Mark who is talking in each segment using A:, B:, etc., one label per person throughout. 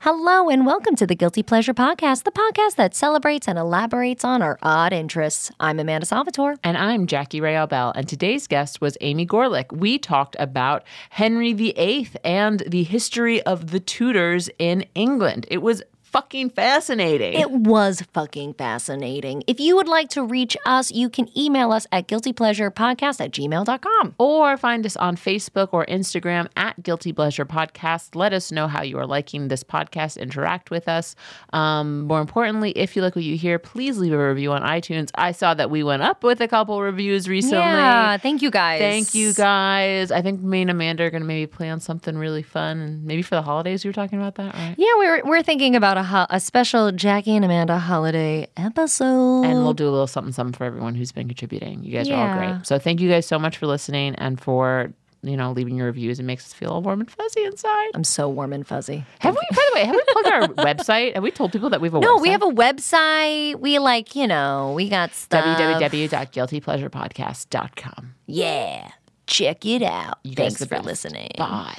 A: Hello, and welcome to the Guilty Pleasure Podcast, the podcast that celebrates and elaborates on our odd interests. I'm Amanda Salvatore.
B: And I'm Jackie Rayel Bell, and today's guest was Amy Gorlick. We talked about Henry VIII and the history of the Tudors in England. It was fucking fascinating.
A: It was fucking fascinating. If you would like to reach us, you can email us at guiltypleasurepodcast at gmail.com.
B: or find us on Facebook or Instagram at Guilty Pleasure Podcast. Let us know how you are liking this podcast. Interact with us. Um, more importantly, if you like what you hear, please leave a review on iTunes. I saw that we went up with a couple reviews recently.
A: yeah, thank you guys.
B: Thank you guys. I think me and Amanda are going to maybe plan something really fun and maybe for the holidays. You were talking about that, right?
A: Yeah, we're, we're thinking about a, ho- a special Jackie and Amanda holiday episode.
B: And we'll do a little something, something for everyone who's been contributing. You guys are all
A: Yeah.
B: great. So thank you guys so much for listening and for you know leaving your reviews. It makes us feel all warm and fuzzy inside.
A: I'm so warm and fuzzy.
B: Have we? By the way, have we plugged our website? Have we told people that we have a
A: No,
B: website?
A: we have a website. We like, you know, we got stuff.
B: www.guiltypleasurepodcast.com.
A: Yeah. Check it out.
B: guys
A: Thanks
B: the
A: for
B: best.
A: listening.
B: Bye.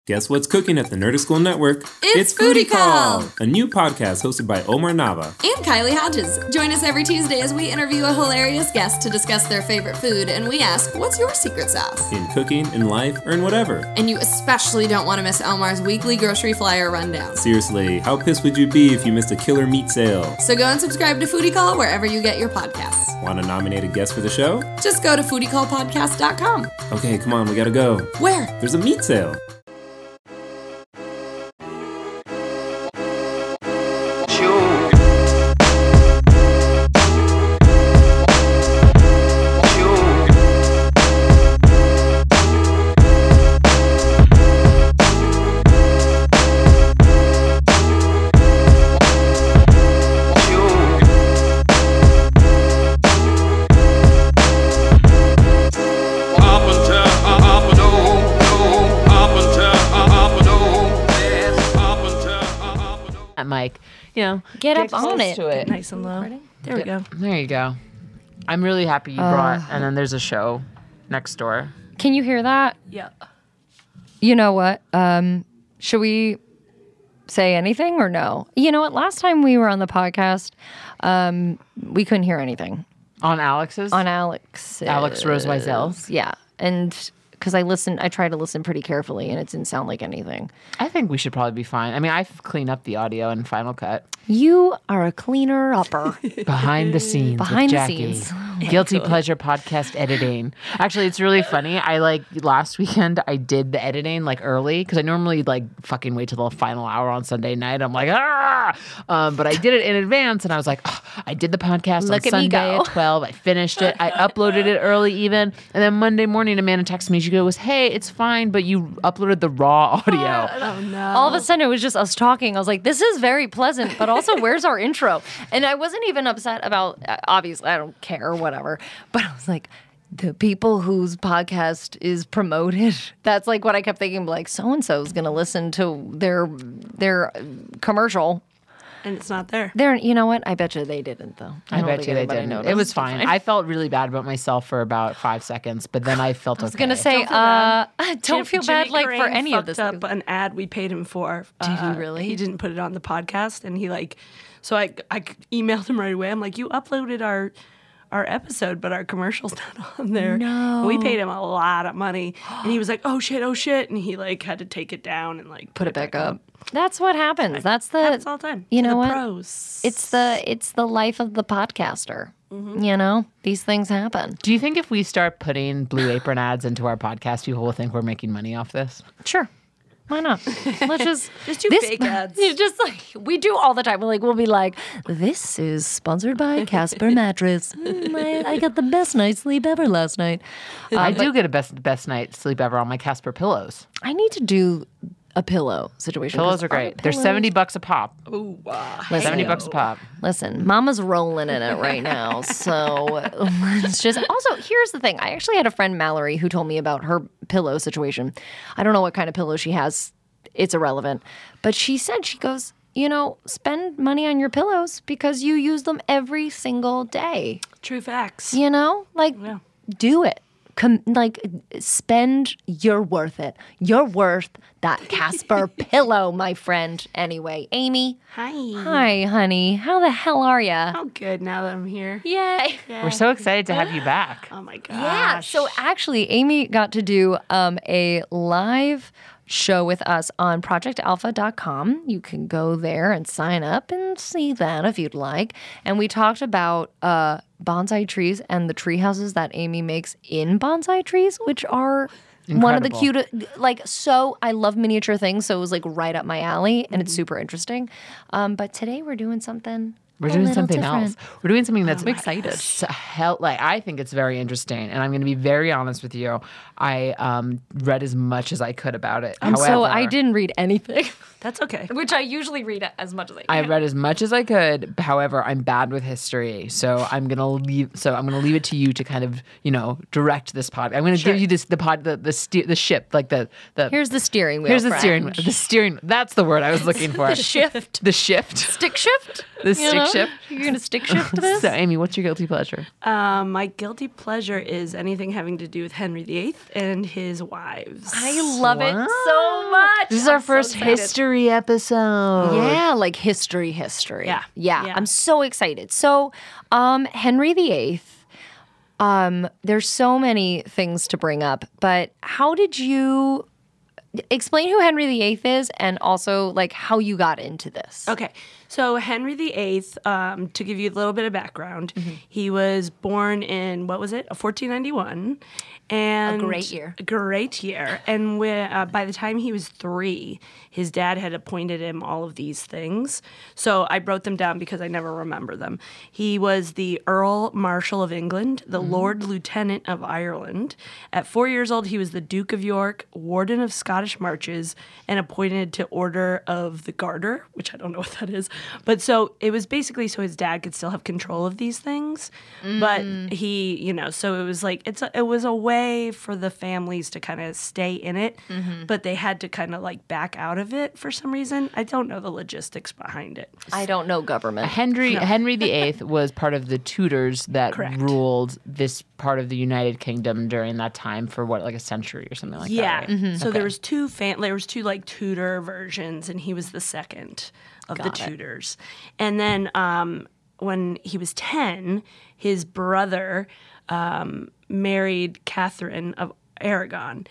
C: Guess what's cooking at the Nerdist School Network?
D: It's Foodie Call!
C: a new podcast hosted by Omar Nava.
D: and Kylie Hodges. Join us every Tuesday as we interview a hilarious guest to discuss their favorite food and we ask, what's your secret sauce?
C: In cooking, in life, or in whatever.
D: And you especially don't want to miss Elmar's weekly grocery flyer rundowns.
C: Seriously, how pissed would you be if you missed a killer meat sale?
D: So go and subscribe to Foodie Call wherever you get your podcasts.
C: Want to nominate a guest for the show?
D: Just go to foodiecallpodcast.com.
C: Okay, come on, we gotta go.
D: Where?
C: There's a meat sale.
E: Up until up and oh, no, up until up and oh, yes, up until up and oh.
B: That mic, you know,
A: Get up on
B: close
A: it.
B: To it.
F: Nice and low. There we go.
B: There you go. I'm really happy you brought. And then there's a show next door.
A: Can you hear that?
F: Yeah.
A: You know what? Um, should we say anything or no? You know what? Last time we were on the podcast, um, we couldn't hear anything
B: On Alex's.
A: on Alex.
B: Alex Rose Wiesel's.
A: Yeah. And because I listen, I try to listen pretty carefully and it didn't sound like anything.
B: I think we should probably be fine. I mean, I've cleaned up the audio and Final Cut
A: You are a cleaner upper.
B: behind the scenes.
A: Mm, Behind
B: with
A: the
B: Jackie.
A: scenes.
B: Guilty pleasure podcast editing. Actually, it's really funny. I like last weekend I did the editing like early because I normally like fucking wait till the final hour on Sunday night. I'm like ah, um, but I did it in advance and I was like, "Oh, I did the podcast
A: Look
B: on
A: at me
B: Sunday
A: go."
B: at twelve. I finished it. I uploaded it early even, and then Monday morning Amanda texted me. She goes, Hey, it's fine, but you uploaded the raw audio.
A: all of a sudden it was just us talking. I was like, this is very pleasant, but also where's our intro? And I wasn't even upset about, uh, obviously, I don't care, whatever. But I was like, the people whose podcast is promoted. That's like what I kept thinking. Like so and so is going to listen to their their uh, commercial.
F: And it's not there.
A: They're you know what? I bet you they didn't though.
B: I,
A: don't
B: bet
A: think
B: you they
A: anybody
B: didn't.
A: noticed.
B: It was fine. I felt really bad about myself for about five seconds, but then I felt I
A: I was gonna say, uh, don't feel bad like for any of this.
F: up an ad we paid him for.
A: Did he
F: uh,
A: really?
F: He didn't put it on the podcast, and he like, so I I emailed him right away. I'm like, you uploaded our our episode, but our commercial's not on there. No, we paid him a lot of money, and he was like, oh shit, oh shit, and he like had to take it down and like
A: Put it back up. That's what happens. That's the
F: That's all done.
A: You know
F: To the
A: what?
F: Pros.
A: it's the it's the life of the podcaster.
F: Mm-hmm.
A: You know, these things happen.
B: Do you think if we start putting blue apron ads into our podcast, people will think we're making money off this?
A: Sure. Why not? Let's just
F: Just do fake ads.
A: It's just like we do all the time. We're like we'll be like, this is sponsored by Casper Mattress. Mm, I, I got the best night's sleep ever last night. Uh,
B: I
A: but
B: do get a best best night sleep ever on my Casper pillows.
A: I need to do a pillow situation.
B: Pillows
A: 'cause
B: are great.
A: our
B: They're
A: pillows- Oh,
B: seventy bucks a pop.
F: Ooh, uh,
A: Listen,
B: Seventy bucks a pop.
A: Listen, Mama's rolling in it right now. So it's just also here's the thing. I actually had a friend Mallory who told me about her pillow situation. I don't know what kind of pillow she has. It's irrelevant. But she said she goes, you know, spend money on your pillows because you use them every single day.
F: True facts.
A: You know, like
F: Yeah.
A: do it. Com- like spend. You're worth it. You're worth that Casper pillow, my friend. Anyway, Amy.
F: Hi.
A: Hi, honey. How the hell are ya?
F: How good now that I'm here.
A: Yay.
B: We're so excited to have you back.
F: Oh my gosh.
A: Yeah. So actually, Amy got to do um, a live show with us on projectalpha.com. You can go there and sign up and see that if you'd like. And we talked about uh, bonsai trees and the tree houses that Amy makes in bonsai trees, which are. One of the
B: Incredible.
A: cutest, like, so I love miniature things. So it was like right up my alley and it's super interesting. Um, but today we're doing something.
B: We're
A: a
B: doing
A: little
B: something
A: different.
B: else. We're doing something that's
A: I'm excited.
B: s- hell, like I think it's very interesting, and I'm going to be very honest with you. I um, read as much as I could about it.
A: Um, so I
B: However,
A: didn't read anything,
F: That's okay.
A: which I usually read as much as I can.
B: I read as much as I could. However, I'm bad with history, so I'm gonna leave. So I'm gonna leave it to you to kind of, you know, direct this pod. I'm gonna give you this the pod the the, steer, the ship like the the
A: Here's the steering wheel.
B: here's the
A: friend.
B: steering the steering. That's the word I was looking for.
A: The shift.
B: The shift.
A: Stick shift?
B: The
A: You
B: stick shift?
A: You're going to stick shift this?
B: So Amy, what's your guilty pleasure?
F: Um, my guilty pleasure is anything having to do with Henry VIII and his wives.
A: I love it so much.
B: This is our
A: I'm so
B: first
A: excited.
B: history episode.
A: Yeah, like history, history.
F: Yeah.
A: Yeah.
F: Yeah.
A: I'm so excited. So, um, Henry VIII, um, there's so many things to bring up, but how did you explain who Henry VIII is and also like how you got into this?
F: Okay, so Henry VIII, um, to give you a little bit of background,
A: Mm-hmm.
F: he was born in what was it, 1491, and
A: great year.
F: a great year. And when, uh, by the time he was three, his dad had appointed him all of these things. So I wrote them down because I never remember them. He was the Earl Marshal of England, the
A: Mm-hmm.
F: Lord Lieutenant of Ireland. At four years old, he was the Duke of York, Warden of Scottish Marches, and appointed to Order of the Garter, which I don't know what that is. But so it was basically so his dad could still have control of these things, but he, you know, so it was like it's a, it was a way for the families to kind of stay in it, but they had to kind of like back out of it for some reason. I don't know the logistics behind it.
A: I don't know government.
B: Henry Henry VIII was part of the Tudors that
F: Correct.
B: ruled this part of the United Kingdom during that time for what like a century or something like
F: yeah.
A: Mm-hmm.
B: that.
F: So there was two fan there was two like Tudor versions and he was the second of the Tudors. And then um when he was 10, his brother um, married Catherine of Aragon.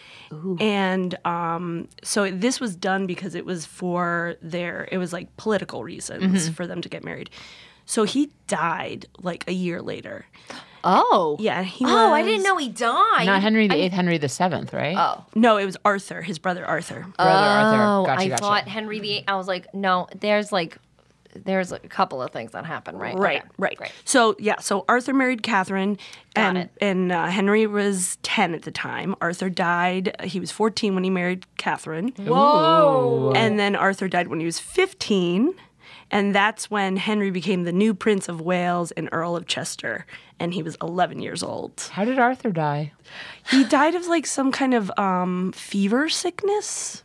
F: And um, so this was done because it was for their, it was like political reasons
A: Mm-hmm.
F: for them to get married. So he died like a year later.
A: Oh.
F: Yeah. He
A: Oh, I
F: was-
A: didn't know he died.
B: Not Henry VIII, Henry the Seventh, right? Oh,
F: No, it was Arthur, his brother Arthur.
B: brother Arthur.
A: Oh,
B: Gotcha,
A: I
B: gotcha.
A: thought Henry VIII. I was like, no, there's like, there's a couple of things that happen, right?
F: Right,
A: Okay,
F: right, So yeah, so Arthur married Catherine, and and uh, Henry was ten at the time. Arthur died; uh, he was fourteen when he married Catherine. Whoa! And then Arthur died when he was fifteen, and that's when Henry became the new Prince of Wales and Earl of Chester, and he was eleven years old.
B: How did Arthur die?
F: He died of like some kind of um, fever sickness.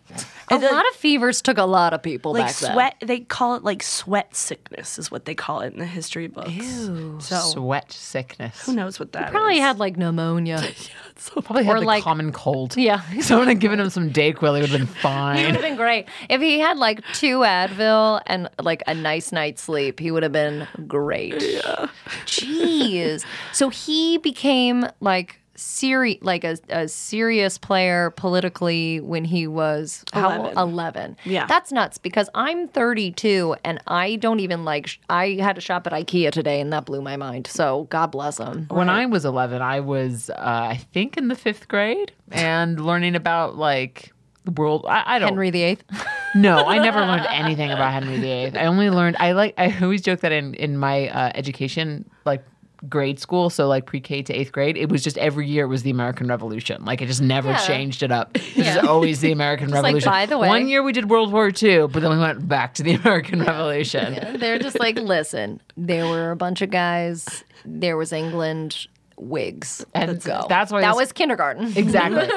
A: A lot of fevers took a lot of people
F: like
A: back then.
F: sweat, they call it like sweat sickness is what they call it in the history books. Ew. So
B: Sweat sickness.
F: who knows what that
A: Probably
F: is.
A: had like pneumonia.
B: Probably had
A: Or
B: the
A: like-
B: common cold.
A: yeah.
B: Someone had given him some Dayquil, he would have been
A: It would
B: fine.
A: have been great if he had like two Advil and like a nice night's sleep. He would have been great. Yeah. Jeez. So he became like seri- like a, a serious player politically when he was how old? 11.
F: Yeah.
A: That's nuts because I'm 32 and I don't even like sh- I had a shop at IKEA today and that blew my mind. So God bless him.
B: When I was 11, I was, uh, I think, in the fifth grade and learning about like the world. I, I don't
A: Henry VIII.
B: No, I never learned anything about Henry VIII. I only learned I like I always joke that in in my uh, education like grade school, so like pre K to eighth grade, it was just every year was the American Revolution. Like it just never changed it up. It was just always the American
A: like,
B: Revolution.
A: by the way.
B: one year we did World War II, but then we went back to the American Revolution.
A: They're just like, listen, there were a bunch of guys. There was England. wigs
B: And
A: go.
B: that's why
A: that
B: this-
A: was kindergarten.
B: Exactly.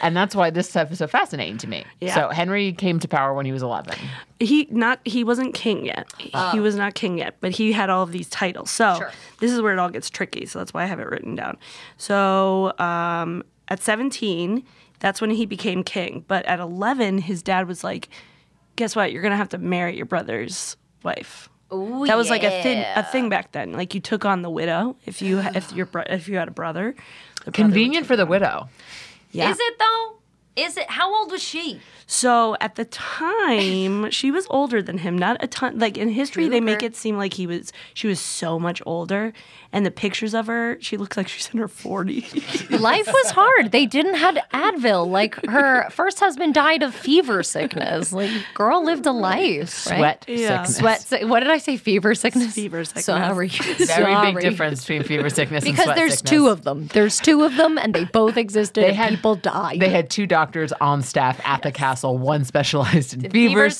B: and that's why this stuff is so fascinating to me.
F: Yeah.
B: So Henry came to power when he was 11.
F: he not he wasn't king yet. he was not king yet, but he had all of these titles. So
A: Uh. Sure.
F: this is where it all gets tricky. So that's why I have it written down. So um, at 17, that's when he became king. But at 11, his dad was like, "Guess what? You're gonna have to marry your brother's wife."
A: Ooh,
F: that was like a thing a thing back then. Like you took on the widow if you if your bro- if you had a brother. the brother would
B: Convenient for the widow.
F: Yeah.
A: Is it though? Is it? How old was she?
F: So at the time, she was older than him. Not a ton. Like in history, they make
A: Cougar.
F: it seem like he was. She was so much older, and the pictures of her, she looks like she's in her 40s.
A: Life was hard. They didn't have Advil. Like her first husband died of fever sickness. Like girl lived a life. right?
B: Sweat
F: Yeah.
B: sickness.
A: Sweat. si- What did I say? Fever sickness.
F: fever sickness.
A: Sorry.
B: Very
A: Sorry.
B: big difference between fever sickness and
A: Because
B: sweat
A: there's
B: sickness.
A: two of them. There's two of them, and they both existed.
B: They
A: and
B: had-
A: people died.
B: They had two doctors on staff at the castle. One specialized in fever, sickness,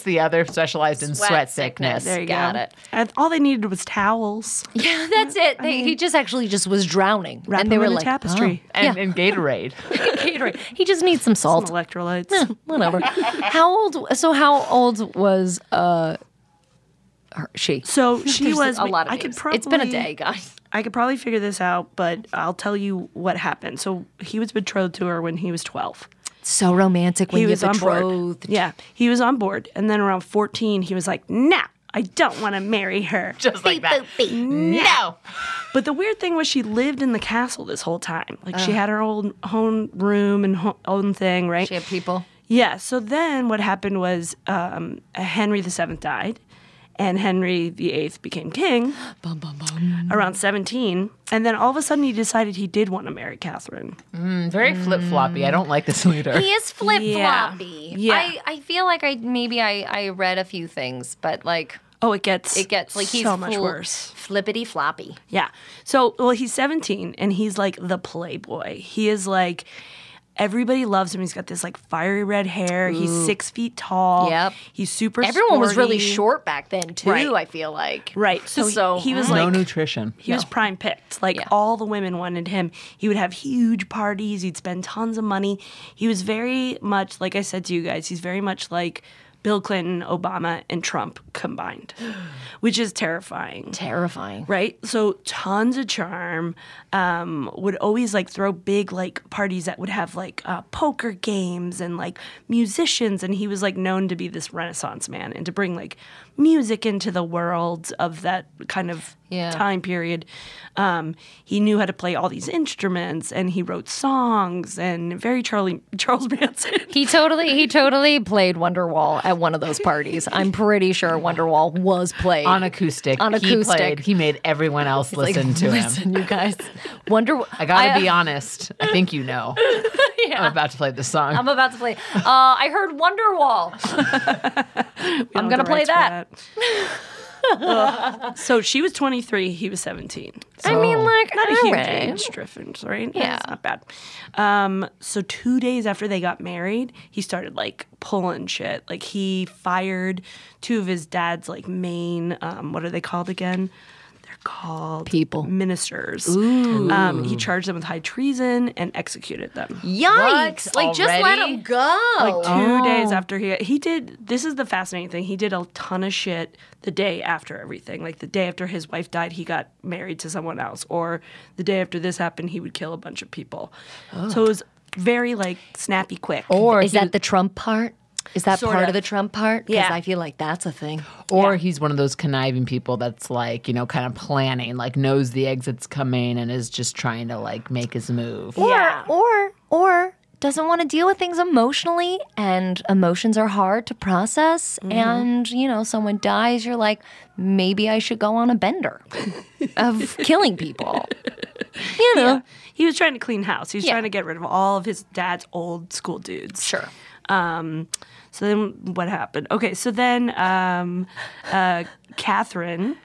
A: sickness,
B: the other specialized in sweat, sickness.
A: sickness.
F: There you
A: Got
F: go.
A: it.
F: And all they needed was towels.
A: Yeah, that's it. They, he just actually just was drowning,
F: Wrap
A: and they
F: him
A: were
F: in a
A: like,
F: tapestry.
A: "Oh,
B: And, and Gatorade.
A: yeah, catering. He just needs some
F: Some
A: salt,
F: electrolytes.
A: whatever." how old? So how old was uh, her, she?
F: So she
A: There's
F: was.
A: a lot of.
F: I could
A: names.
F: probably.
A: It's been a day, guys.
F: I could probably figure this out, but I'll tell you what happened. So he was betrothed to her when he was 12.
A: So romantic when
F: he
A: you
F: was
A: betrothed.
F: on board. Yeah, he was on board, and then around fourteen, he was like, "Nah, I don't want to marry her."
B: Just like that. No.
F: But the weird thing was, she lived in the castle this whole time. Like she had her own own room and ho- own thing, right?
A: She had people.
F: yeah. So then what happened was, um, Henry VII died, and Henry VIII became king
A: Bum, bum, bum.
F: around seventeen, and then all of a sudden he decided he did want to marry Catherine.
B: Very flip floppy. I don't like this leader.
A: He is flip
F: Yeah.
A: floppy.
F: Yeah.
A: I, I feel like I maybe I, I read a few things, but like
F: Oh, it gets
A: it gets like he's
F: so much
A: full-
F: worse.
A: Flippity floppy.
F: Yeah. So, well, he's 17 and he's like the playboy. He is like, everybody loves him. He's got this like fiery red hair. He's six feet tall.
A: Yep.
F: He's super
A: Everyone was really
F: sporty.
A: short back then too.
F: Right.
A: I feel like
F: Right. So, he-
A: So- Mm.
F: he, was
B: no
F: like,
B: nutrition.
F: he was prime picked. Like, all the women wanted him. He would have huge parties. He'd spend tons of money. He was very much, like I said to you guys, he's very much like Bill Clinton, Obama, and Trump combined, which is terrifying
A: terrifying.
F: right? So tons of charm. Um, would always like throw big like parties that would have like uh, poker games and like musicians, and he was like known to be this Renaissance man and to bring like music into the world of that kind of
A: Yeah.
F: time period. Um, he knew how to play all these instruments, and he wrote songs and very Charlie Charles Manson.
A: He totally he totally played Wonderwall at one of those parties. I'm pretty sure Wonderwall was played
B: On acoustic.
A: On
B: He, played,
A: acoustic.
B: he made everyone else
A: Like,
B: listen to him.
A: Listen, you guys. Wonder.
B: I uh, gotta be honest. I think you know. I'm about to play this song.
A: I'm about to play. Uh, I heard Wonderwall. I'm gonna play that.
F: Ugh. so she was 23, he was 17.
A: I
B: Oh.
A: mean, like,
F: not a huge
A: alright.
F: age difference, right?
A: Yeah.
F: it's not bad. Um, so two days after they got married, he started like pulling shit. Like he fired two of his dad's like main, um, what are they called again? They're called
A: People.
F: ministers. Ooh. Um, he charged them with high treason and executed them.
A: Yikes!
B: What?
A: Like, just let
B: Already?
A: him go.
F: Like two
A: Oh.
F: days after he he did this is the fascinating thing. He did a ton of shit the day after everything. Like the day after his wife died, he got married to someone else, or the day after this happened, he would kill a bunch of people. So it was very like snappy, quick.
B: or
A: Is
B: he-
A: that the Trump part? Is that
F: Sort
A: part
F: of.
A: of the Trump part? Because
F: Yeah.
A: I feel like that's a thing.
B: or he's one of those conniving people that's like, you know, kind of planning, like knows the exit's coming and is just trying to like make his move.
F: yeah.
A: Or or doesn't want to deal with things emotionally and emotions are hard to process and you know someone dies you're like maybe I should go on a bender of killing people. You know.
F: He was trying to clean house. He was
A: Yeah.
F: trying to get rid of all of his dad's old school dudes.
A: Sure.
F: Um, so then what happened? Okay, so then um, uh, Catherine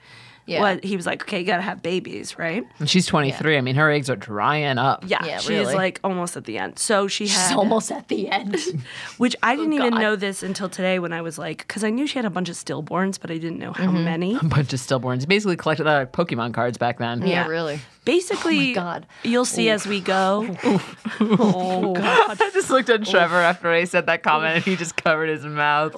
A: Yeah.
F: what he was like, okay, you gotta have babies, right?
B: And she's 23. I mean, her eggs are drying up.
F: Yeah,
A: Yeah,
F: she's
A: really.
F: like almost at the end. So she had,
A: She's almost at the end.
F: which I didn't even
A: God.
F: know this until today when I was like, because I knew she had a bunch of stillborns, but I didn't know how
A: Mm-hmm.
F: many.
B: A bunch of stillborns. Basically, collected uh, Pokemon cards back then.
A: yeah, really. Oh,
F: Basically,
A: God.
F: you'll see as we go. oh God!
B: I just looked at Trevor after I said that comment, and he just covered his mouth.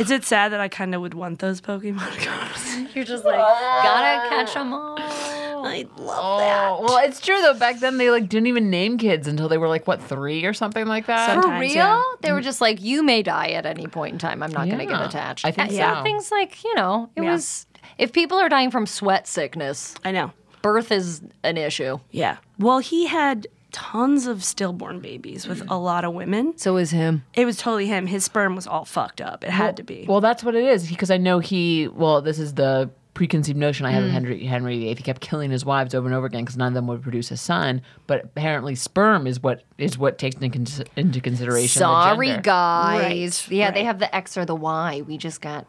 F: Is it sad that I kind of would want those Pokemon cards?
A: You're just like, gotta catch them all.
F: I love
B: Oh, well, it's true though. Back then, they like didn't even name kids until they were like what three or something like that.
F: Some-
A: For
F: Sometimes,
A: real?
F: yeah.
A: They were just like, you may die at any point in time. I'm not going to get
B: Yeah,
A: attached.
B: I think
A: And
B: so.
A: Things like, you know, it
F: Yeah.
A: was, if people are dying from sweat sickness,
F: I know.
A: birth is an issue.
F: Yeah. Well, he had tons of stillborn babies with a lot of women.
A: So is him.
F: It was totally him. His sperm was all fucked up. It had to be.
B: Well, that's what it is because I know he. Well, this is the preconceived notion I had
A: Hmm.
B: of Henry Henry VIII. He kept killing his wives over and over again because none of them would produce a son. But apparently, sperm is what is what takes into, cons- into consideration. the
A: Sorry,
B: gender,
A: guys.
F: Right,
A: yeah,
F: right.
A: they have the X or the Y. We just got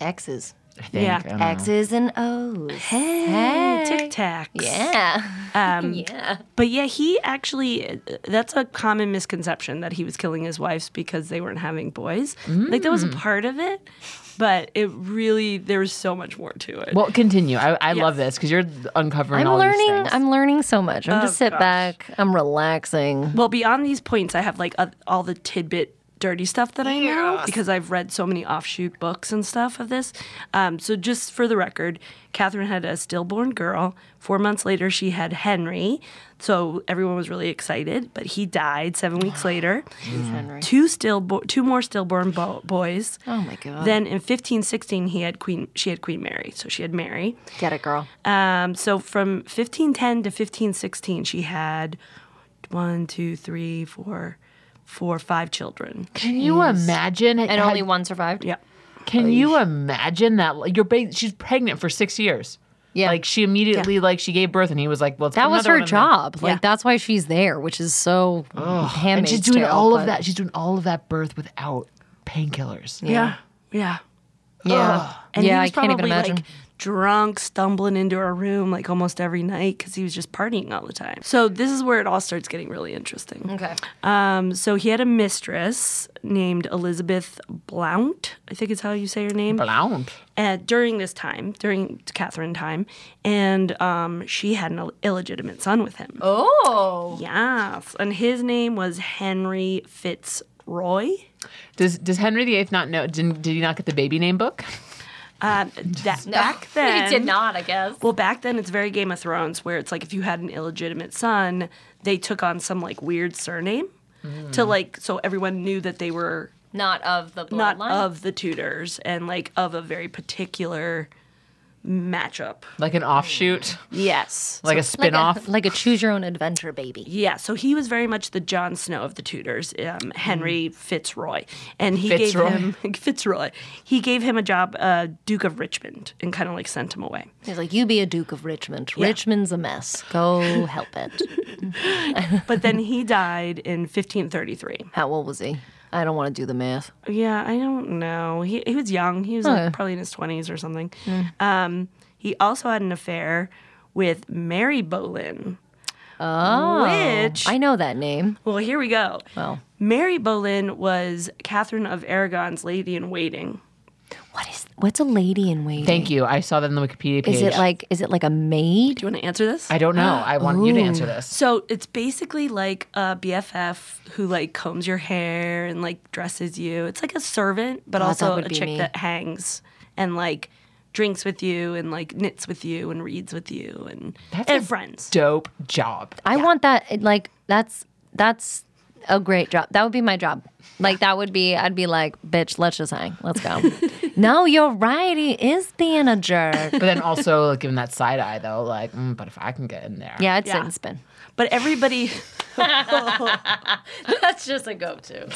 A: X's.
B: I think.
F: Yeah.
B: I don't know.
A: X's and O's.
F: hey,
A: Hey.
F: Tic Tacs.
A: Yeah.
F: Um,
A: Yeah.
F: But yeah, he actually, that's a common misconception that he was killing his wives because they weren't having boys. Like, that was a part of it, but it really, there was so much more to it.
B: Well, continue. I, I love
F: Yes.
B: this because you're uncovering.
A: I'm
B: all these
A: learning.
B: things.
A: I'm learning so much. I'm
F: Oh,
A: just sit
F: gosh.
A: back. I'm relaxing.
F: Well, beyond these points, I have like a, all the tidbit dirty stuff that I know because I've read so many offshoot books and stuff of this. Um, so, just for the record, Catherine had a stillborn girl. Four months later, she had Henry. So, everyone was really excited, but he died seven weeks later. Two stillborn, two more stillborn bo- boys.
A: Oh my god.
F: Then in 1516, he had Queen. She had Queen Mary, so she had Mary.
A: Get it, girl.
F: Um, so from 1510 to 1516, she had one, two, three, four, four, five children.
B: Can you imagine?
A: And only one survived.
F: Yeah.
B: Can you imagine that? Like, You're ba- she's pregnant for six years.
A: Yeah.
B: Like she immediately like she gave birth and he was like, well, let's
A: That
B: put
A: was
B: another
A: her
B: one in there.
A: job. Like
F: Yeah.
A: that's why she's there, which is so
B: And
A: handmade.
B: she's doing all of that. She's doing all of that birth without painkillers.
F: Yeah. Yeah.
A: Yeah.
F: And
A: yeah,
F: he
A: I
F: was
A: can't even
F: probably,
A: imagine.
F: Like, drunk, stumbling into her room like almost every night because he was just partying all the time. So this is where it all starts getting really interesting.
A: okay.
F: Um, so he had a mistress named Elizabeth Blount, I think is how you say her name.
B: Blount.
F: uh, during this time, during Catherine time, and um, she had an Ill- illegitimate son with him.
A: Oh.
F: Yes, and his name was Henry Fitzroy.
B: Does Does Henry VIII not know? Did, did he not get the baby name book?
F: Um, that back then,
A: He did not, I guess.
F: Well, back then it's very Game of Thrones, where it's like if you had an illegitimate son, they took on some like weird surname
A: Hmm.
F: to like so everyone knew that they were
A: Not of the bloodline.
F: not of the Tudors and like of a very particular matchup.
B: Like an offshoot,
F: Yes.
B: like a spin off.
A: Like a, like a choose your own adventure baby.
F: Yeah, so he was very much the Jon Snow of the Tudors, um, Henry Fitzroy, and he
B: Fitzroy.
F: gave him Fitzroy. He gave him a job, uh, Duke of Richmond, and kind of like sent him away.
A: He's like, you be a Duke of Richmond. Richmond's a mess. Go help it.
F: But then he died in 1533.
A: How old was he? I don't want to do the math.
F: Yeah, I don't know. He he was young. He was like, probably in his twenties or something. Um, he also had an affair with Mary Boleyn. Oh, which
A: I know that name.
F: well, here we go.
A: Well.
F: Mary Boleyn was Catherine of Aragon's lady in waiting.
A: What is what's a lady in waiting?
B: Thank you. I saw that in the Wikipedia page.
A: Is it like is it like a maid?
F: Do you want to answer this?
B: I don't know. I want you to answer this.
F: so it's basically like a BFF who like combs your hair and like dresses you. It's like a servant, but
A: Oh, that
F: also
A: would
F: a
A: be
F: chick
A: me.
F: that hangs and like drinks with you and like knits with you and reads with you and
B: That's
F: and
B: a
F: friends.
B: Dope job.
A: I want that it, like that's that's a great job. That would be my job. Like that would be I'd be like, bitch, let's just hang. Let's go. no, you're right. He is being a jerk.
B: But then also like giving that side eye though, like, mm, but if I can get in there,
A: Yeah, I'd sit
F: Yeah.
A: and spin.
F: But everybody,
A: That's just a go-to.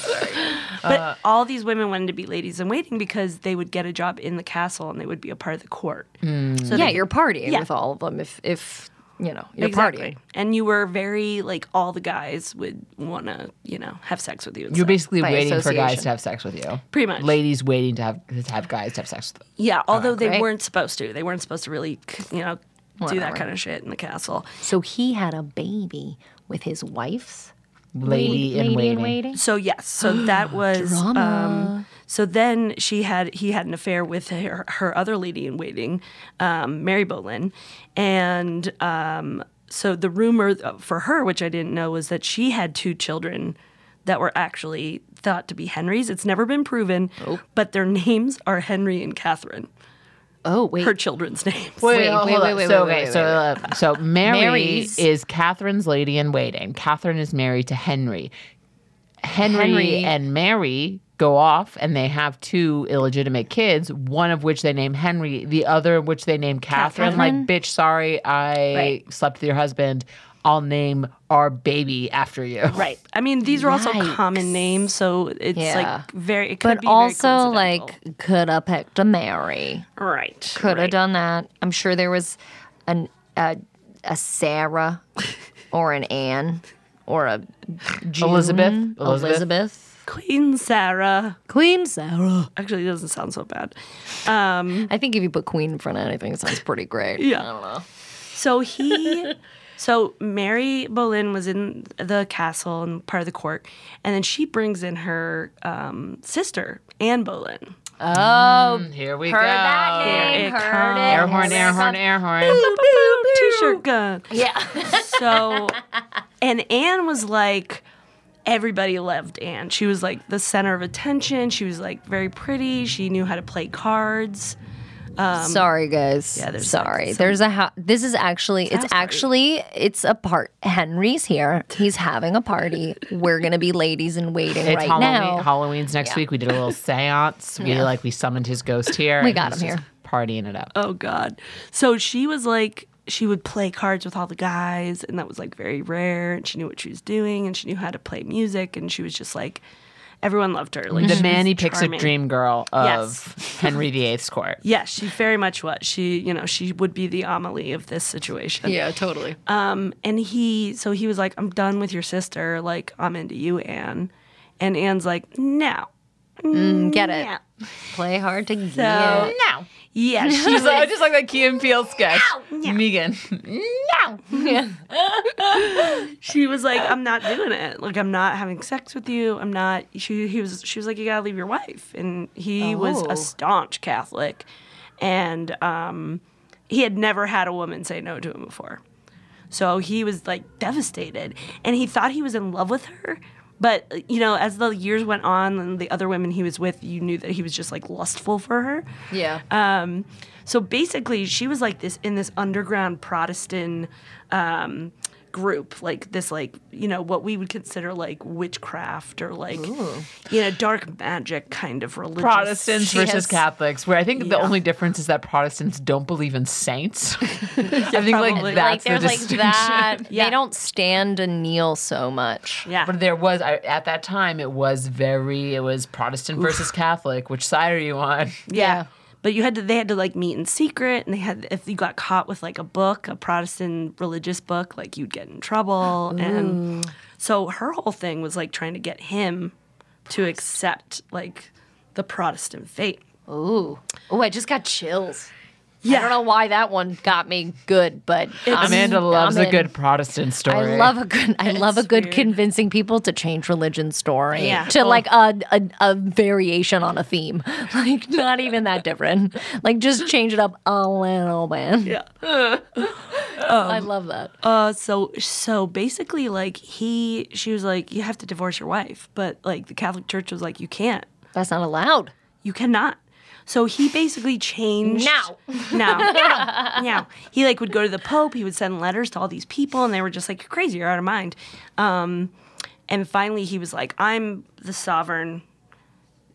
F: but
A: Uh.
F: all these women wanted to be ladies in waiting because they would get a job in the castle and they would be a part of the court.
A: Mm. yeah, you're partying
F: Yeah.
A: with all of them if if you know, you're partying.
F: And you were very like all the guys would want to, you know, have sex with you. and
B: You're
F: stuff.
B: basically
A: By
B: waiting for guys
A: association.
B: to have sex with you.
F: Pretty much.
B: Ladies waiting to have to have guys to have sex with them.
F: yeah, although they
A: Oh, great.
F: weren't supposed to. They weren't supposed to really, you know, do that
A: Whatever.
F: kind of shit in the castle.
A: So he had a baby with his wife's
B: Lady, in
A: lady
B: waiting.
A: in waiting.
F: So yes, so that was Um, so then she had he had an affair with her, her other lady in waiting, um, Mary Boleyn, and um, so the rumor uh, for her, which I didn't know, was that she had two children that were actually thought to be Henrys. It's never been proven, but their names are Henry and Catherine.
A: Oh wait,
F: Her children's names.
A: Wait,
B: hold
A: wait,
B: on.
A: wait, wait,
B: so,
A: wait,
B: okay,
A: wait,
B: so,
A: wait,
B: uh, so Mary
A: Mary's-
B: is Catherine's lady in waiting. Catherine is married to Henry. Henry,
A: Henry-
B: and Mary go off and they have two illegitimate kids, one of which they name Henry, the other whiwhich they name Catherine. Like, bitch, sorry, I
A: Right.
B: slept with your husband. I'll name our baby after you.
F: Right. I mean, these are also
A: Yikes.
F: common names, so it's
A: Yeah.
F: like very. It could
A: but
F: be very
A: also
F: coincidental.
A: like could have picked a Mary,
F: right.
A: could have
F: right.
A: done that. I'm sure there was an a, a Sarah or an Anne or a June,
B: Elizabeth? Elizabeth?
A: Elizabeth,
F: Queen Sarah.
A: Queen Sarah.
F: Actually, it doesn't sound so bad. Um,
A: I think if you put Queen in front of anything, it sounds pretty great.
F: Yeah.
A: I don't know.
F: so he, so Mary Boleyn was in the castle and part of the court, and then she brings in her um, sister Anne Boleyn.
B: Mm, Here we
A: Heard
B: go.
A: that
F: Here
A: name?
F: it
A: Heard
F: comes.
A: it.
B: Air horn,
A: Here
B: air
A: it
B: horn,
A: comes.
B: air horn.
F: T-shirt gun.
A: Yeah.
F: So, and Anne was like, everybody loved Anne. She was like the center of attention. She was like very pretty. She knew how to play cards.
A: Sorry, guys.
F: yeah, there's, like,
A: sorry. Um,
F: some-
A: there's a ho- this is actually it's
F: house party.
A: actually it's a part. Henry's here. He's having a party. We're gonna be ladies in waiting
B: It's
A: right
B: Halloween.
A: now.
B: Halloween's next week. We did a little seance. We like we summoned his ghost here.
A: We
B: and
A: got
B: he's
A: him
B: just Partying it up.
F: Oh God. So she was like she would play cards with all the guys and that was like very rare and she knew what she was doing and she knew how to play music and she was just like everyone loved her. Like
B: the
F: she
B: man
F: was
B: he picks a
F: charming.
B: dream girl of
F: Yes.
B: Henry VIII's court.
F: Yes, she very much was. She, you know, she would be the Amelie of this situation.
A: Yeah, totally.
F: Um, and he, so he was like, I'm done with your sister. Like, I'm into you, Anne. And Anne's like, no.
A: Get it.
F: No.
A: Play hard to get.
F: So,
B: No.
F: yeah, she
B: Just,
F: was,
B: like- just like that Key and Peele sketch. Megan. No.
F: she was like, I'm not doing it. Like, I'm not having sex with you. I'm not. She, he was, she was like, you gotta leave your wife. And he was
A: Oh.
F: a staunch Catholic, and um, he had never had a woman say no to him before. So he was like devastated, and he thought he was in love with her. But you know, as the years went on, and the other women he was with, you knew that he was just like lustful for her.
A: Yeah.
F: Um, so basically, she was like this in this underground Protestant um, group, like this, like you know what we would consider like witchcraft or like you know dark magic kind of religious.
B: Protestants
A: She
B: versus
A: has-
B: Catholics, where I think the
F: Yeah.
B: only difference is that Protestants don't believe in saints. I think
F: probably.
B: like
A: like
B: that's
A: there's
B: the
A: like
B: distinction.
A: that.
F: Yeah.
A: They don't stand and kneel so much.
F: Yeah.
B: But there was I, at that time it was very it was Protestant versus Catholic. Which side are you on?
A: Yeah.
F: But you had to they had to like meet in secret and they had if you got caught with like a book, a Protestant religious book, like you'd get in trouble. And so her whole thing was like trying to get him to accept like the Protestant faith.
A: Ooh. Ooh, I just got chills. I don't know why that one got me good, but I'm-
B: Amanda loves
A: I'm
B: a
A: in.
B: good Protestant story.
A: I love a good. I love a good
F: weird.
A: convincing people to change religion story
F: Yeah.
A: to
F: Oh.
A: like a, a a variation on a theme, like not even that different. Like just change it up a little bit. Yeah, I
B: Um,
A: love that.
F: Uh, so so basically, like he, she was like, you have to divorce your wife, but like the Catholic Church was like, you can't,
A: That's not allowed.
F: you cannot. So he basically changed.
A: Now.
F: no, no. He like would go to the Pope. He would send letters to all these people, and they were just like, "You're crazy. You're out of mind." Um, and finally, he was like, "I'm the sovereign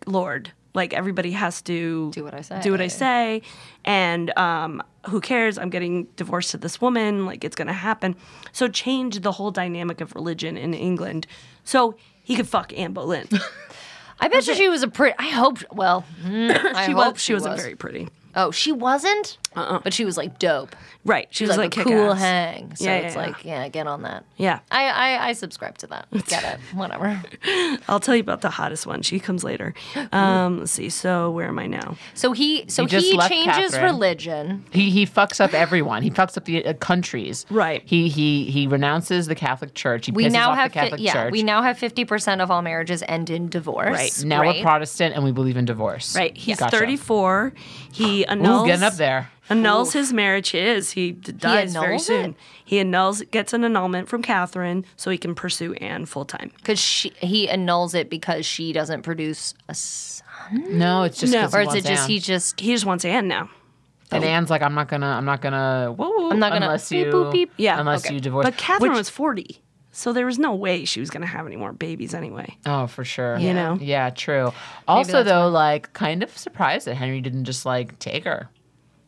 F: lord. Like everybody has to
A: Do what I say."
F: Do what I say." And um, who cares? I'm getting divorced to this woman. Like it's gonna happen. So change the whole dynamic of religion in England. So he could fuck Anne Boleyn.
A: I bet you she was a pretty. I hope. Well, mm, I
F: she
A: hope
F: was. She, wasn't very pretty.
A: Oh, she wasn't?
F: Uh-uh.
A: But she was like dope.
F: Right.
A: She was like, a cool
F: kick-ass.
A: hang. So
F: Yeah, yeah,
A: it's
F: yeah.
A: like, yeah, get on that.
F: Yeah.
A: I, I, I subscribe to that. Get it. Whatever.
F: I'll tell you about the hottest one. She comes later. Um, let's see. So where am I now?
A: So he so
B: You just
A: he
B: left
A: changes
B: Catherine.
A: religion.
B: He he fucks up everyone. He fucks up the uh, countries.
F: Right.
B: He he he renounces the Catholic Church. He
A: We
B: pisses
A: now
B: off
A: have
B: the Catholic
A: fi- yeah,
B: Church.
A: we now have 50% of all marriages end in divorce.
B: right. Now we're Protestant and we believe in divorce.
F: Right. He's
B: Gotcha.
F: 34. He annuls.
B: Ooh, getting up there.
F: Annuls his marriage. He is. He d- dies very
A: annuls
F: soon.
A: it?
F: He annuls, gets an annulment from Catherine so he can pursue Anne full time.
A: Cuz she he annuls it because she doesn't produce a s-
B: No, it's just
F: No.
B: 'cause
A: or
B: he
A: is it
B: wants
A: just
B: Anne.
A: he just
F: He just wants Anne now.
B: and Anne's like I'm not gonna I'm not gonna woo, woo,
A: I'm not gonna-
B: unless
A: beep,
B: you
A: boop, beep.
F: Yeah,
B: unless
A: okay.
B: you divorce.
F: But Catherine
B: Which-
F: was 40. So there was no way she was going to have any more babies anyway.
B: Oh, for sure.
F: You know?
B: Yeah, true. Also,
A: that's
B: though, like, kind of surprised that Henry didn't just like take her.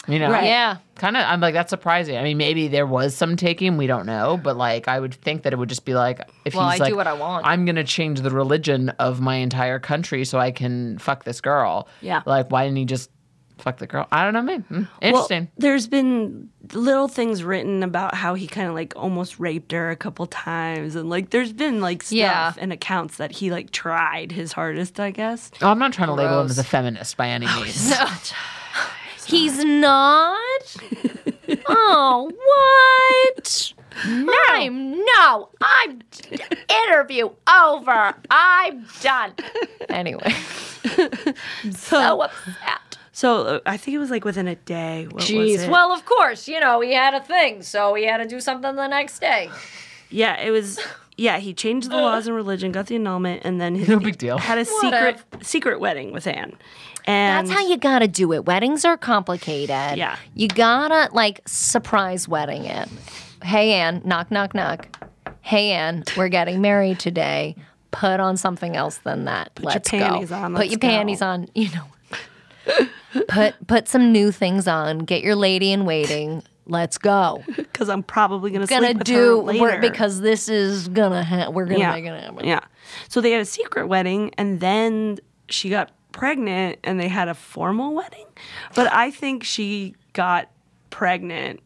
B: You know?
F: Right.
A: yeah.
B: Kind of, I'm like, that's surprising. I mean, maybe there was some taking, we don't know, but like, I would think that it would just be like, if
A: Well,
B: he's
A: I
B: like,
A: do what I want.
B: I'm gonna change the religion of my entire country so I can fuck this girl.
F: Yeah.
B: Like, why didn't he just fuck the girl? I don't know, man. Hmm. Interesting.
F: Well, there's been little things written about how he kind of like almost raped her a couple times, and like there's been like stuff
A: Yeah.
F: and accounts that he like tried his hardest, I guess.
B: Oh, I'm not trying to label him
A: Gross. Oh,
B: as a feminist by any means.
A: He's not? oh, what? I'm no. I'm interview over. I'm done. Anyway. so upset.
F: So uh, I think it was like within a day. What was
A: Jeez.
F: it?
A: Well, of course, you know, he had a thing, so he had to do something the next day.
F: yeah, it was. Yeah, he changed the laws and religion, got the annulment, and then his,
B: No big deal.
F: Had a secret secret wedding with Anne, and
A: That's how you gotta do it. Weddings are complicated.
F: Yeah.
A: You gotta like surprise wedding it. Hey Anne, knock knock knock. Hey Anne, we're getting married today. Put on something else than that. Put
F: your
A: let's
F: panties
A: go.
F: on,
A: Put
F: let's
A: your
F: go.
A: panties on. You know. put put some new things on. Get your lady in waiting. Let's go.
F: because I'm probably gonna
A: Gonna
F: sleep with
A: do
F: her
A: we're-
F: later.
A: because this is gonna ha- we're gonna
F: yeah.
A: make it happen.
F: Yeah. So they had a secret wedding and then she got pregnant and they had a formal wedding. But I think she got pregnant.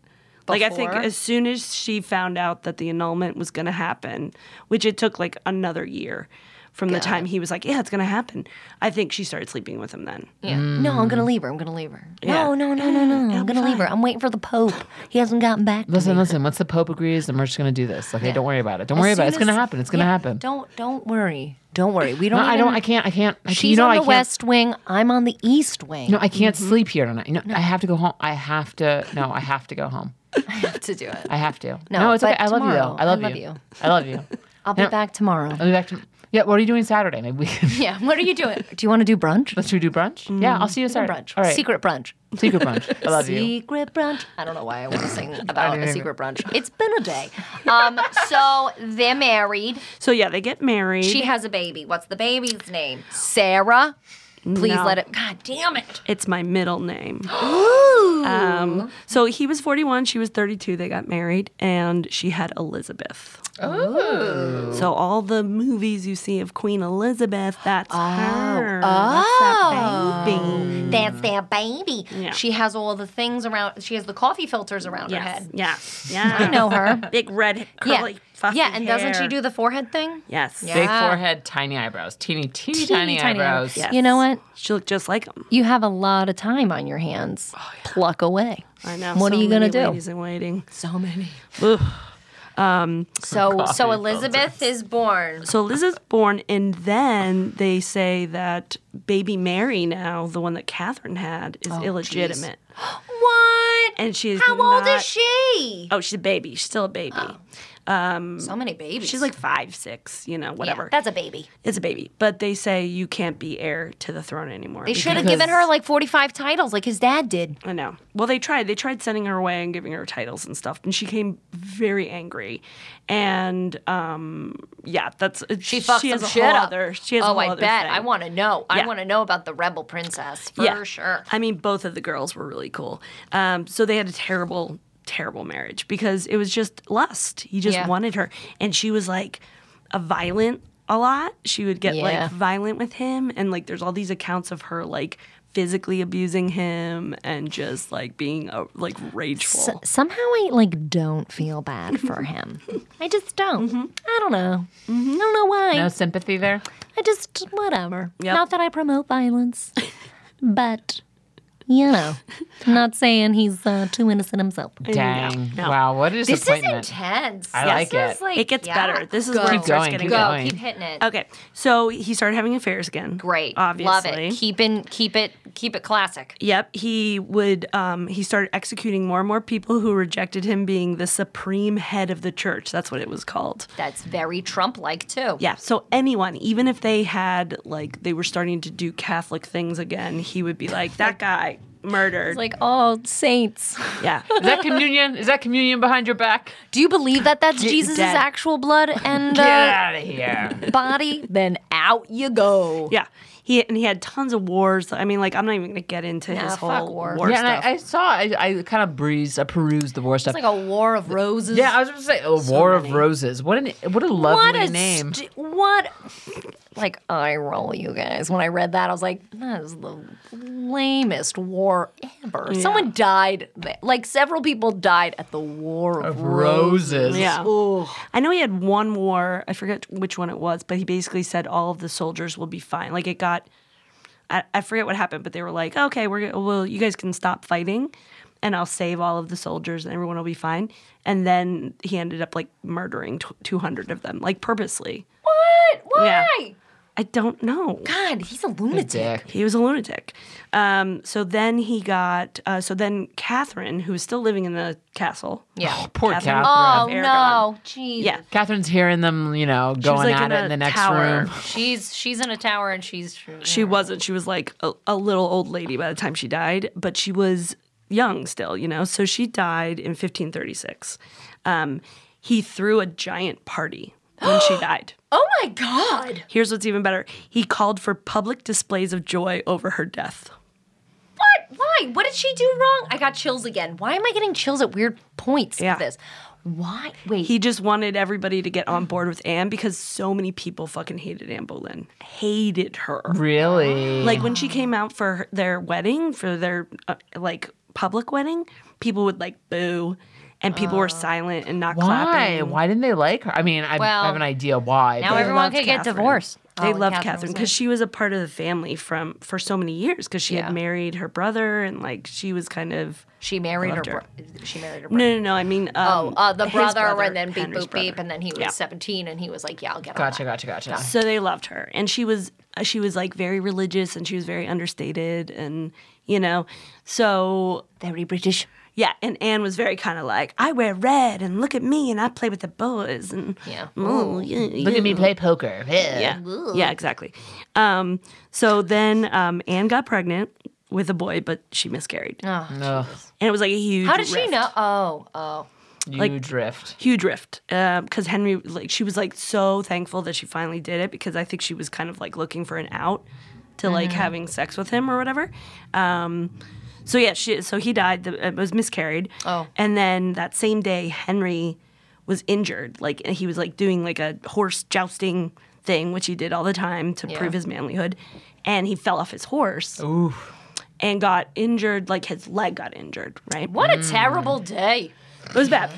F: Like I think
A: Before?
F: as soon as she found out that the annulment was going to happen, which it took like another year from the time he was like, "Yeah, it's going to happen." I think she started sleeping with him then.
A: Yeah. No, I'm gonna leave her. I'm gonna leave her.
F: Yeah.
A: No, no, no, no, no. I'm gonna leave her. I'm waiting for the Pope. He hasn't gotten back. To
B: Listen,
A: me.
B: listen. Once the Pope agrees, then we're just gonna do this. Okay, don't worry about it. Don't worry
A: As
B: about it.
A: soon
B: It's gonna
A: as-
B: happen. It's gonna
A: yeah,
B: happen.
A: Don't don't worry. Don't worry. We don't.
B: No, I
A: even-
B: don't. I can't. I can't. I,
A: She's
B: you know,
A: on
B: I
A: the
B: can't,
A: West Mm-hmm. Wing. I'm on the East Wing.
B: No, I can't sleep here tonight. You know, I have to go home. I have to. No, I have to go home.
A: have to do it.
B: I have to.
A: No,
B: No, it's okay.
A: but
B: I love you though.
A: tomorrow,
B: I love, you. I love you.
A: I'll be
B: No.
A: back tomorrow.
B: I'll be back to. Yeah. What are you doing Saturday? Maybe we can.
A: Yeah. What are you doing? Do you want to do brunch?
B: Should we do brunch? Yeah. I'll see you Saturday.
A: brunch.
B: All right.
A: Secret brunch.
B: Secret brunch. I love you.
A: Secret brunch. I don't know why I want to sing about a
B: didn't
A: secret brunch. It's been a day. Um. So they're married.
F: So yeah, they get married.
A: She has a baby. What's the baby's name? Sarah. Please
F: No.
A: let it. God damn it.
F: It's my middle name. Um, so he was 41, she was 32. They got married, and she had Elizabeth. Oh. So all the movies you see of Queen Elizabeth, that's
A: Oh.
F: her. That's that baby.
A: That's their baby.
F: Yeah.
A: She has all the things around. She has the coffee filters around her
F: Yes.
A: head.
F: Yeah. Yeah.
A: I know her.
F: Big red curly
A: yeah.
F: fluffy
A: yeah, and doesn't she
F: hair.
A: do the forehead thing?
F: Yes.
A: Yeah.
B: Big forehead, tiny eyebrows, teeny, teeny, tiny, eyebrows.
F: Yeah.
A: You know what?
F: She looked just like him.
A: You have a lot of time on your hands. Pluck away.
F: Oh, I know.
A: What
F: So
A: are you gonna
F: many
A: do?
F: Ladies in waiting.
A: So many. so so Elizabeth is born.
F: So Elizabeth's born, and then they say that baby Mary now, the one that Catherine had, is
A: Oh,
F: illegitimate.
A: What?
F: And she is
A: How old
F: not-
A: is she?
F: Oh, she's a baby. She's still a baby.
A: Oh, So many babies.
F: She's like five, six, you know,
A: Yeah,
F: whatever.
A: that's a baby.
F: it's a baby. But they say you can't be heir to the throne anymore.
A: They should have
F: because-
A: given her like 45 titles like his dad did.
F: I know. Well, they tried. They tried sending her away and giving her titles and stuff, and she came very angry. And um, yeah, that's
A: She fucks
F: has
A: some
F: a
A: shit
F: whole
A: up.
F: other. She has a
A: oh,
F: whole
A: I
F: other
A: bet.
F: thing.
A: I want to know. I
F: Yeah.
A: want to know about the rebel princess for
F: yeah.
A: sure.
F: I mean, both of the girls were really cool. Um, so they had a terrible, terrible marriage because it was just lust. He just
A: Yeah.
F: wanted her, and she was like a violent a lot. She would get
A: Yeah.
F: like violent with him, and like there's all these accounts of her like physically abusing him and just like being uh, like rageful.
A: S- somehow I like don't feel bad for him. I just don't.
B: Mm-hmm.
A: I don't know. Mm-hmm. I don't know why.
B: No sympathy there.
A: I just whatever.
F: Yep.
A: Not that I promote violence, but you know, not saying he's uh, too innocent himself.
B: Dang.
F: No.
B: Wow. What a
A: This is
B: disappointment.
A: intense.
B: I
A: This
B: like it.
A: is, like,
F: It gets
A: yeah.
F: better. This is
A: go.
F: where it
B: Keep
F: starts
B: going,
F: getting
B: keep
A: go.
F: good.
B: going. Oh,
A: Keep hitting it.
F: Okay, so he started having affairs again.
A: Great.
F: obviously.
A: Love it. Keep in, keep it, keep it classic.
F: Yep, he would. Um, he started executing more and more people who rejected him being the supreme head of the church. That's what it was called.
A: That's very Trump-like too.
F: Yeah, so anyone, even if they had like they were starting to do Catholic things again, he would be like, "That guy murdered."
A: It's like all saints.
F: yeah,
B: Is that communion? Is that communion behind your back?
A: Do you believe that that's Jesus'
F: dead.
A: actual blood and
B: Get
A: uh,
B: out of here.
A: body? Then out you go.
F: yeah. He and he had tons of wars. I mean, like I'm not even gonna get into
A: Nah,
F: his
A: fuck
F: whole
A: war.
F: war,
B: yeah, and
F: stuff.
B: I, I saw. I, I kind of breezed. I perused the war stuff.
A: It's like a war of roses.
B: yeah, I was going to say, a War of Roses. What an what a lovely name.
A: st- what like eye roll, you guys. When I read that, I was like, that is the lamest war ever. Someone died. th- Like several people died at the War of, Roses.
F: Yeah. I know he had one war. I forget which one it was, but he basically said all of the soldiers will be fine. Like it got, I, I forget what happened, but they were like, okay, we're gonna, well, you guys can stop fighting, and I'll save all of the soldiers, and everyone will be fine. And then he ended up like murdering t- two hundred of them, like purposely.
A: What? Why?
F: Yeah. I don't know.
A: God, he's a lunatic.
B: Dick.
F: He was a lunatic. Um, so then he got. Uh, so then Catherine, who was still living in the castle,
A: Yeah.
B: Poor Catherine.
F: Catherine.
A: Oh
F: Aragon.
A: no, jeez.
F: yeah,
B: Catherine's hearing them, you know, going
F: like,
B: at
F: in
B: it
F: a
B: in the next
F: tower.
B: room.
A: She's she's in a tower and she's
F: She wasn't. She was like a, a little old lady by the time she died, but she was young still, you know? So she died in 1536. Um, he threw a giant party when she died.
A: Oh my god.
F: Here's what's even better he called for public displays of joy over her death.
A: What? Why? What did she do wrong? I got chills again. Why am I getting chills at weird points
F: Yeah.
A: of this? Why? Wait.
F: He just wanted everybody to get on board with Anne because so many people fucking hated Anne Boleyn, hated her.
B: Really?
F: Like when she came out for her- their wedding, for their uh, like public wedding, people would like boo, and people were silent and not
B: Why?
F: clapping.
B: Why didn't they like her? I mean, I,
A: Well,
B: I have an idea why.
A: now
B: but-
A: everyone
F: loved
A: could get
F: Catherine.
A: divorced. Oh,
F: They
A: and
F: loved
A: Catherine
F: Catherine
A: was
F: because she was a part of the family from for so many years because she
A: Yeah.
F: had married her brother and like she was kind of
A: She married her,
F: Loved her.
A: bro- She married her.
F: no
A: brother.
F: no no I mean um,
A: oh, uh, the
F: his
A: brother, and then beep
F: Henry's
A: boop beep,
F: brother.
A: and then he was
F: Yeah.
A: seventeen, and he was like, "Yeah, I'll get on
B: Gotcha,
A: that."
B: gotcha, gotcha.
F: so they loved her and she was uh, she was like very religious and she was very understated and you know so
A: Very British.
F: yeah and Anne was very kind of like I wear red and look at me and I play with the boys and
A: Yeah. uh,
F: oh, yeah,
B: Look at me play poker.
F: Yeah. Yeah, exactly. Um, so then um, Anne got pregnant with a boy, but she miscarried.
B: Ugh,
F: And it was like a huge
A: Oh. How did she
F: rift.
A: know? Oh, oh.
B: you drift.
F: Huge rift. Because Henry, like, she was like so thankful that she finally did it because I think she was kind of like looking for an out to like
A: Mm-hmm.
F: having sex with him or whatever. Um, so yeah, she, so he died. The, it was miscarried.
A: Oh.
F: And then that same day, Henry was injured. Like he was like doing like a horse jousting thing, which he did all the time to prove his manlyhood, and he fell off his horse. And got injured, like his leg got injured, right?
A: What a terrible day.
F: It was bad.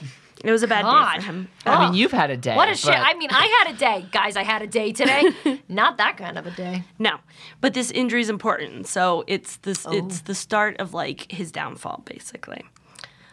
F: It was a bad day
A: God.
F: for him.
B: I mean, you've had a day.
A: What a shit.
B: but-
A: I mean, I had a day, guys. I had a day today. Not that kind of a day.
F: No, but this injury is important. So it's this.
A: Oh.
F: It's the start of like his downfall, basically.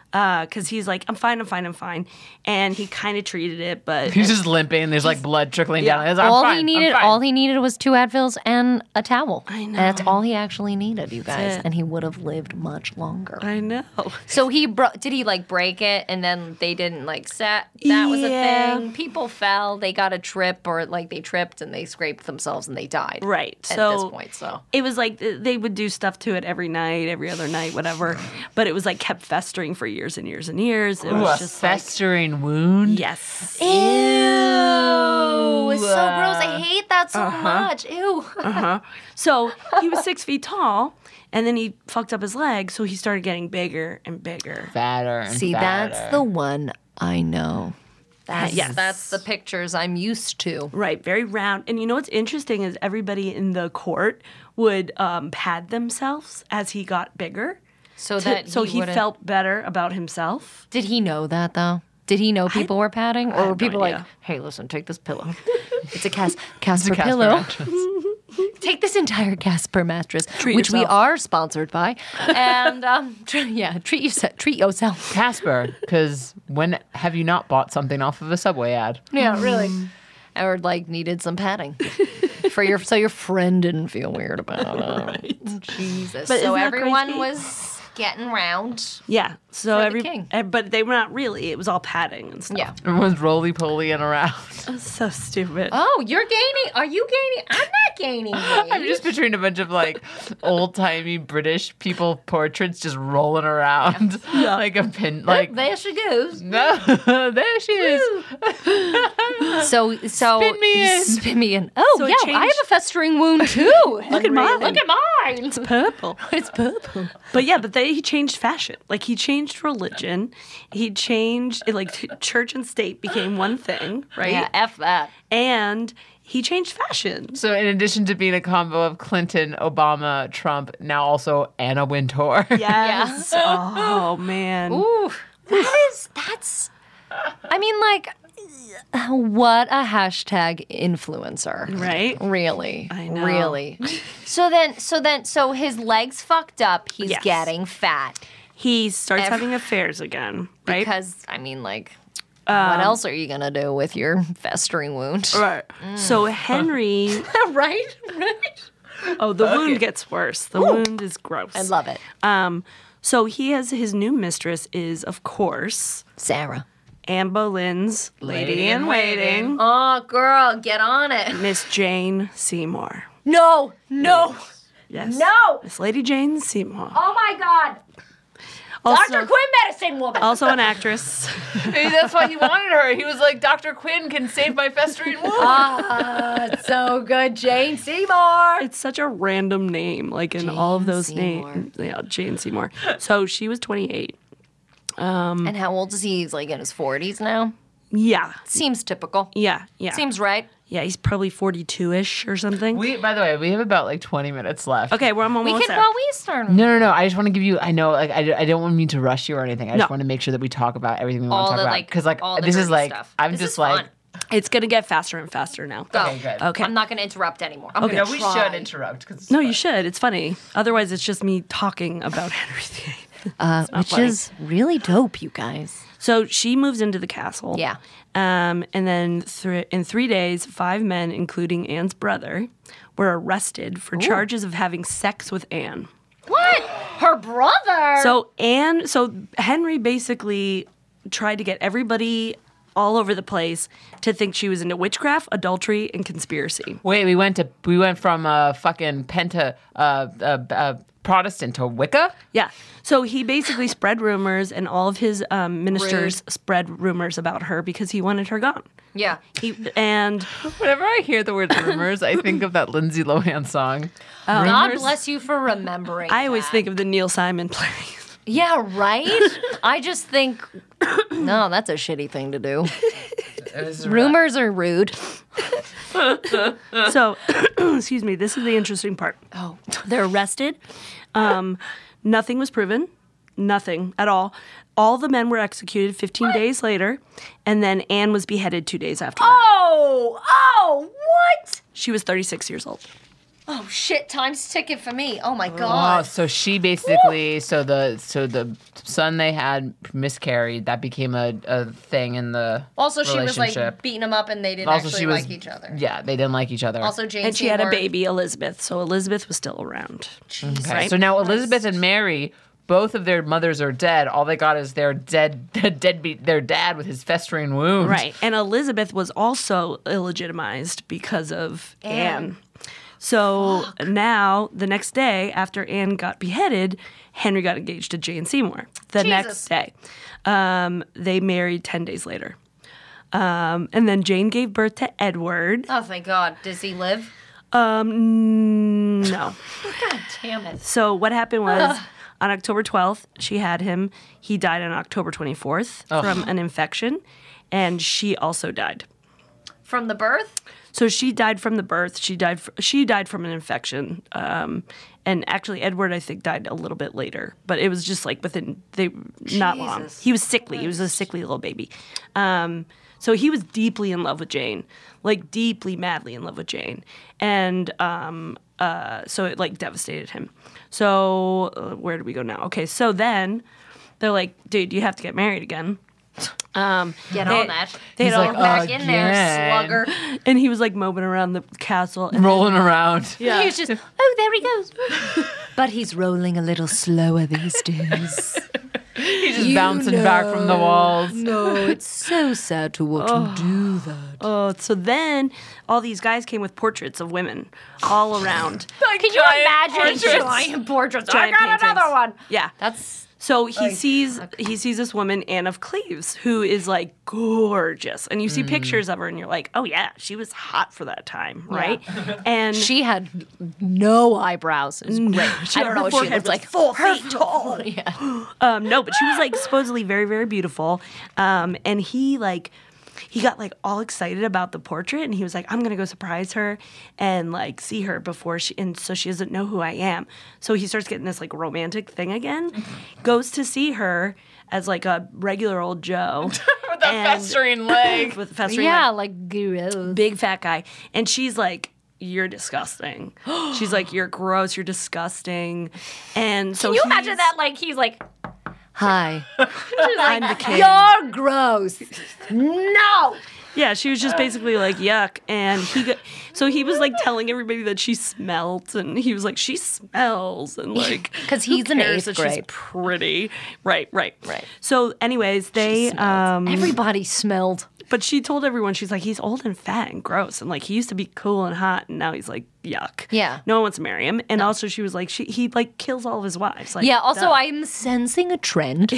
F: Because he's like, I'm fine, I'm fine, I'm fine, and he kind of treated it, but
B: He's just limping. There's like blood trickling down. He's like, I'm
A: all
B: fine,
A: he
B: I'm
A: needed,
B: fine.
A: all he needed was two Advils and a towel. I
F: know.
A: That's all he actually needed, you guys,
F: it.
A: and he would have lived much longer.
F: I know.
A: So he bro- did he like break it and then they didn't like set that was
F: Yeah.
A: a thing. People fell, they got a trip or like they tripped and they scraped themselves and they died.
F: Right.
A: At
F: so
A: this point, so
F: it was like th- they would do stuff to it every night, every other night, whatever. But it was like kept festering for years and years and years. It
B: Ooh, a
F: was just like,
B: festering wound.
F: yes.
A: Ew, it's so gross. I hate that so much. Ew.
F: So he was six feet tall, and then he fucked up his leg, so he started getting bigger and bigger.
B: Fatter. And
A: See,
B: fatter.
A: that's the one I know. That's,
F: Yes.
A: that's the pictures I'm used to.
F: Right, very round. And you know what's interesting is everybody in the court would um, pad themselves as he got bigger.
A: So
F: to-
A: that
F: so
A: he
F: he
A: wouldn't-
F: felt better about himself.
A: Did he know that though? Did he know people were padding, or were
F: have no
A: people like,
F: idea.
A: "Hey, listen, take this pillow. It's a cas- Casper pillow. take this entire Casper mattress, which we
F: yourself.
A: are sponsored by, and um, tr- yeah, treat yourself. Treat yourself.
B: Casper, because when have you not bought something off of a Subway ad?
A: Yeah, really. Mm. Or like needed some padding for your so your friend didn't feel weird about it. Jesus.
F: But
A: so
F: isn't that
A: everyone
F: crazy?
A: was getting round.
F: Yeah. So
A: the
F: every,
A: king.
F: eh, but they were not really. It was all padding and stuff.
A: Yeah.
B: Everyone's roly poly and around.
F: So stupid.
A: Oh, you're gaining. Are you gaining? I'm not gaining.
B: I'm
A: weight.
B: just picturing a bunch of like old timey British people portraits just rolling around like a pin, like
A: there she goes.
B: no, there she is.
A: So so
B: Spin me
A: you
B: in.
A: spin me in. Oh
F: So it
A: yeah, I have
F: changed-
A: a festering wound too.
F: Look at mine.
A: Look at mine. It's
F: Purple.
A: It's purple.
F: But yeah, but they, he changed fashion. Like he changed religion. He changed it, like t- church and state became one thing, right?
A: Yeah, f that.
F: And he changed fashion.
B: So, in addition to being a combo of Clinton, Obama, Trump, now also Anna Wintour.
F: Yes. Oh man.
A: Ooh, that is that's. I mean, like, what a hashtag influencer.
F: Right.
A: Really,
F: I know.
A: really. So then, so then, so his legs fucked up. He's
F: Yes.
A: getting fat
F: He starts
A: Ev-
F: having affairs again, right? Um,
A: because I mean, like, what else are you gonna do with your festering wound?
F: Right.
A: Mm.
F: So Henry,
A: right, right.
F: oh, the wound gets worse. The wound is gross.
A: I love it,
F: Um, so he has his new mistress is of course
A: Sarah.
F: Anne Boleyn's lady in waiting,
A: Oh, girl, get on it.
F: Miss Jane Seymour.
A: No, no,
F: Yes.
A: no.
F: Miss Lady Jane Seymour.
A: Oh my God. Dr.
F: Also,
A: Oh, Quinn medicine woman.
F: also an actress.
B: Maybe that's why he wanted her. He was like, Dr. Quinn can save my festering wound.
A: so good, Jane Seymour.
F: It's such a random name, like in all of
A: Jane
F: those
A: Seymour.
F: names. Yeah, Jane Seymour. So she was 28.
A: And how old is he? He's like in his 40s now.
F: Yeah.
A: Seems typical.
F: Yeah. Yeah.
A: Seems right.
F: yeah, he's probably 42 ish or something.
B: we, by the way, we have about like 20 minutes left.
F: okay, we're almost
A: We can,
F: there.
A: well, we start.
B: No, no, no. I just want to give you. I know, like, I, I don't want me to rush you or anything. I just
F: No.
B: want to make sure that we talk about everything we
A: All
B: want to
A: the,
B: talk about.
A: like,
B: Because, like,
A: all the
B: this is
A: dirty
B: like,
A: stuff.
B: I'm
A: This
B: just
A: is
B: like,
A: fun.
F: it's going to get faster and faster now.
A: Go.
B: Okay, good.
F: Okay.
A: I'm not going to interrupt anymore. I'm
B: no,
A: gonna
B: we
A: try.
B: should interrupt. Cause
F: No, you should. It's funny. Otherwise, it's just me talking about Henry VIII.
A: Uh, which
F: funny.
A: is really dope, you guys.
F: So she moves into the castle.
A: Yeah.
F: Um, and then thr in three days, five men, including Anne's brother, were arrested for charges of having sex with Anne.
A: What? Her brother?
F: So Anne, so Henry basically tried to get everybody all over the place to think she was into witchcraft, adultery, and conspiracy.
B: Wait, we went to we went from uh, fucking Penta uh, uh, uh, Protestant to Wicca.
F: Yeah. So he basically spread rumors, and all of his um, ministers spread rumors about her because he wanted her gone.
A: yeah.
F: He and
B: Whenever I hear the word rumors, I think of that Lindsay Lohan song.
A: God bless you for remembering.
F: I always
A: that.
F: think of the Neil Simon play.
A: Yeah, right? I just think, no, that's a shitty thing to do. Rumors are rude.
F: So, excuse me, this is the interesting part. Oh, they're arrested. Um, nothing was proven, nothing at all. All the men were executed 15 days later, and then Anne was beheaded two days after. that.
A: Oh, oh, what?
F: She was 36 years old.
A: Oh, shit, time's ticket for me. Oh, my
B: Oh,
A: God.
B: so she basically so the so the son they had miscarried. That became a, a thing in the
A: also, she was
B: relationship.
A: like beating them up and they didn't
B: Also,
A: actually
B: she was-
A: like each other.
B: yeah they didn't like each other.
A: Also, Jane
F: And she had a
A: Seymour-
F: baby, Elizabeth, so Elizabeth was still around.
B: okay. so now Elizabeth and Mary. Both of their mothers are dead. All they got is their dead, deadbeat, their dad with his festering wound.
F: Right. And Elizabeth was also illegitimized because of Anne. So now, the next day after Anne got beheaded, Henry got engaged to Jane Seymour. The
A: Jesus.
F: next day, um, they married 10 days later. Um, and then Jane gave birth to Edward.
A: Oh, thank God. Does he live?
F: Um, no.
A: God damn it.
F: So what happened was on October 12th, she had him. He died on October 24th from an infection. and she also died.
A: From the birth?
F: So she died from the birth. She died. Fr- she died from an infection. Um, and actually, Edward, I think, died a little bit later. But it was just like within they not long.
A: Jesus
F: He was sickly. He was a sickly little baby. Um, so he was deeply in love with Jane, like deeply, madly in love with Jane, and um, uh, so it like devastated him. So uh, where do we go now? Okay, so then they're like, dude, you have to get married again. Um,
A: Get
F: they-
A: on that.
F: They
A: Get
F: don't
A: back in there,
B: again.
A: slugger.
F: and he was like moping around the castle. And
B: rolling around.
A: He was just, oh, there he goes. but he's rolling a little slower these days.
B: He's just bouncing back from the walls.
A: no, it's so sad to watch him do that.
F: Oh, so then all these guys came with portraits of women all around.
A: Can you imagine giant portraits?
F: Giant
A: I got
F: paintings.
A: another one.
F: Yeah.
A: That's
F: So he sees he sees this woman Anne of Cleves who is like gorgeous, and you see
A: Mm.
F: pictures of her, and you're like, oh yeah, she was hot for that time, right? And
A: she had no eyebrows. It was great. I don't know what she
F: forehead
A: looked
F: was
A: like. Four feet tall.
F: um, no, but she was like supposedly very very beautiful, um, and he like. He got like all excited about the portrait and he was like, I'm gonna go surprise her and like see her before she, and so she doesn't know who I am. So he starts getting this like romantic thing again,
A: Mm-hmm.
F: goes to see her as like a regular old Joe. with a
B: Festering leg.
F: With festering leg
A: Yeah, like gross.
F: big fat guy and she's like you're disgusting she's like you're gross you're disgusting and so
A: Can you
F: he's-
A: imagine that? Like he's like, "Hi,
F: i'm the king
A: you're gross. No,
F: yeah she was just basically like yuck and he got so he was like telling everybody that she smelt and he was like she smells and like
A: 'Cause
F: who
A: he's in
F: cares
A: eighth
F: that she's
A: grade.
F: pretty right right
A: Right.
F: so anyways they um
A: everybody smelled.
F: but she told everyone she's like he's old and fat and gross and like he used to be cool and hot and now he's like yuck
A: Yeah.
F: no one wants to marry him and also she was like she he like kills all of his wives like
A: Yeah. Also,
F: duh.
A: I'm sensing a trend.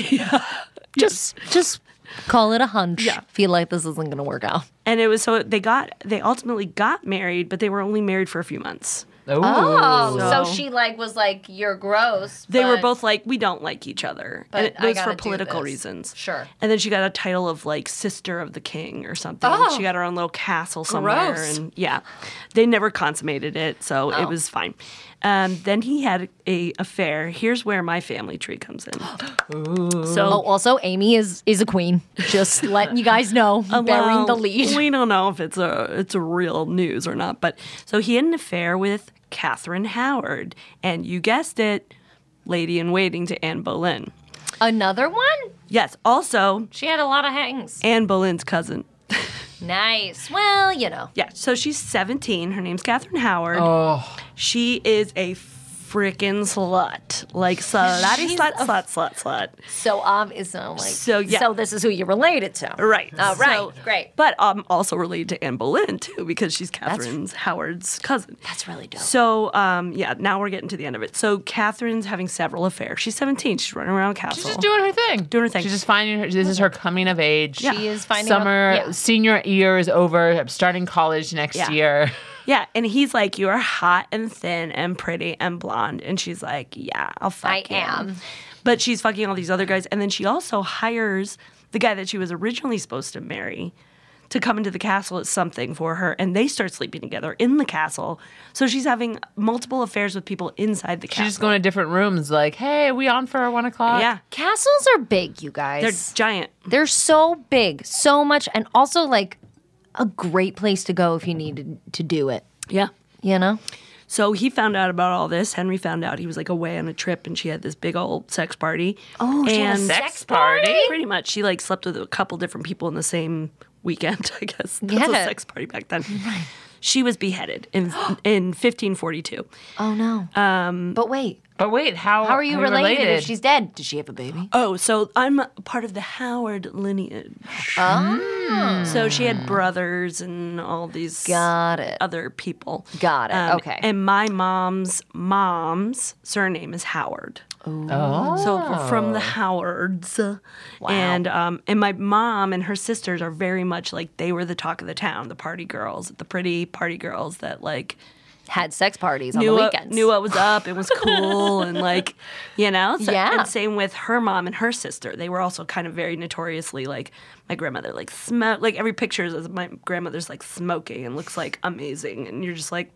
A: Just, just call it a hunch.
F: Yeah.
A: Feel like this isn't gonna work out.
F: and it was so they got they ultimately got married but they were only married for a few months
A: Oh,
F: So-
A: like was like, "You're gross."
F: they were
A: but-
F: both like we don't like each other
A: but
F: and it
A: I
F: was
A: gotta
F: for
A: do
F: political
A: this.
F: reasons
A: Sure.
F: and then she got a title of like sister of the king or something
A: Oh.
F: she got her own little castle somewhere
A: Gross.
F: and yeah they never consummated it so
A: Oh.
F: it was fine um, then he had a affair here's where my family tree comes in
A: Oh,
F: so
A: also, Amy is is a queen. Just letting you guys know, Oh, burying the
F: well,
A: lead.
F: we don't know if it's a it's a real news or not but so he had an affair with catherine howard and you guessed it lady in waiting to anne boleyn
A: Another one.
F: yes also
A: She had a lot of hangs.
F: anne boleyn's cousin
A: Nice. Well, you know.
F: Yeah, so she's 17. Her name's Catherine Howard. She is a freaking slut. Like, slutty, slut, slut, slut, slut.
A: So obvious. So, like,
F: So, yeah.
A: so this is who you related to.
F: Right.
A: All right. Great.
F: But um, also related to Anne Boleyn, too, because she's Catherine's Howard's cousin.
A: That's really dope.
F: So, um, yeah, now we're getting to the end of it. So, Catherine's having several affairs. She's 17. She's running around the castle.
B: She's just doing her thing.
F: Doing her thing.
B: She's just finding her. This is her coming of age.
F: Yeah.
A: She is finding out-
B: Summer,
A: yeah.
B: senior year is over. I'm starting college next
F: Yeah.
B: year.
F: yeah, and he's like, You are hot and thin and pretty and blonde. And she's like, Yeah, I'll fuck
A: I
F: you."
A: am.
F: But she's fucking all these other guys. And then she also hires the guy that she was originally supposed to marry to come into the castle as something for her. And they start sleeping together in the castle. So she's having multiple affairs with people inside the
B: She's
F: castle.
B: just going to different rooms. Like, hey, we on for one o'clock?
F: yeah.
A: Castles are big, you guys.
F: They're giant.
A: They're so big, so much, and also like a great place to go if you needed to do it.
F: Yeah.
A: You know?
F: So he found out about all this. Henry found out he was like away on a trip and she had this big old sex party. Oh,
A: she had a
F: and
B: Sex party.
F: pretty much she like slept with a couple different people in the same weekend, I guess. That's a
A: Yeah.
F: sex party back then. She was beheaded in in 1542.
A: Oh no. Um. But wait,
B: But wait, how
A: how are you related, if she's dead? Did she have a baby?
F: Oh, so I'm part of the Howard lineage. So she had brothers and all these
A: Oh. Got it.
F: other people. Um,
A: Got it. Okay.
F: And my mom's mom's surname is Howard.
B: oh.
F: So we're from the Howards. And um and my mom and her sisters are very much like they were the talk of the town, the party girls, the pretty party girls that like
A: had sex parties on
F: knew
A: the
F: what,
A: weekends.
F: knew what was up. It was cool and like, you know. So,
A: Yeah.
F: And same with her mom and her sister. They were also kind of very notoriously like my grandmother like smoke. Like every picture is my grandmother's like smoking and looks like amazing, and you're just like,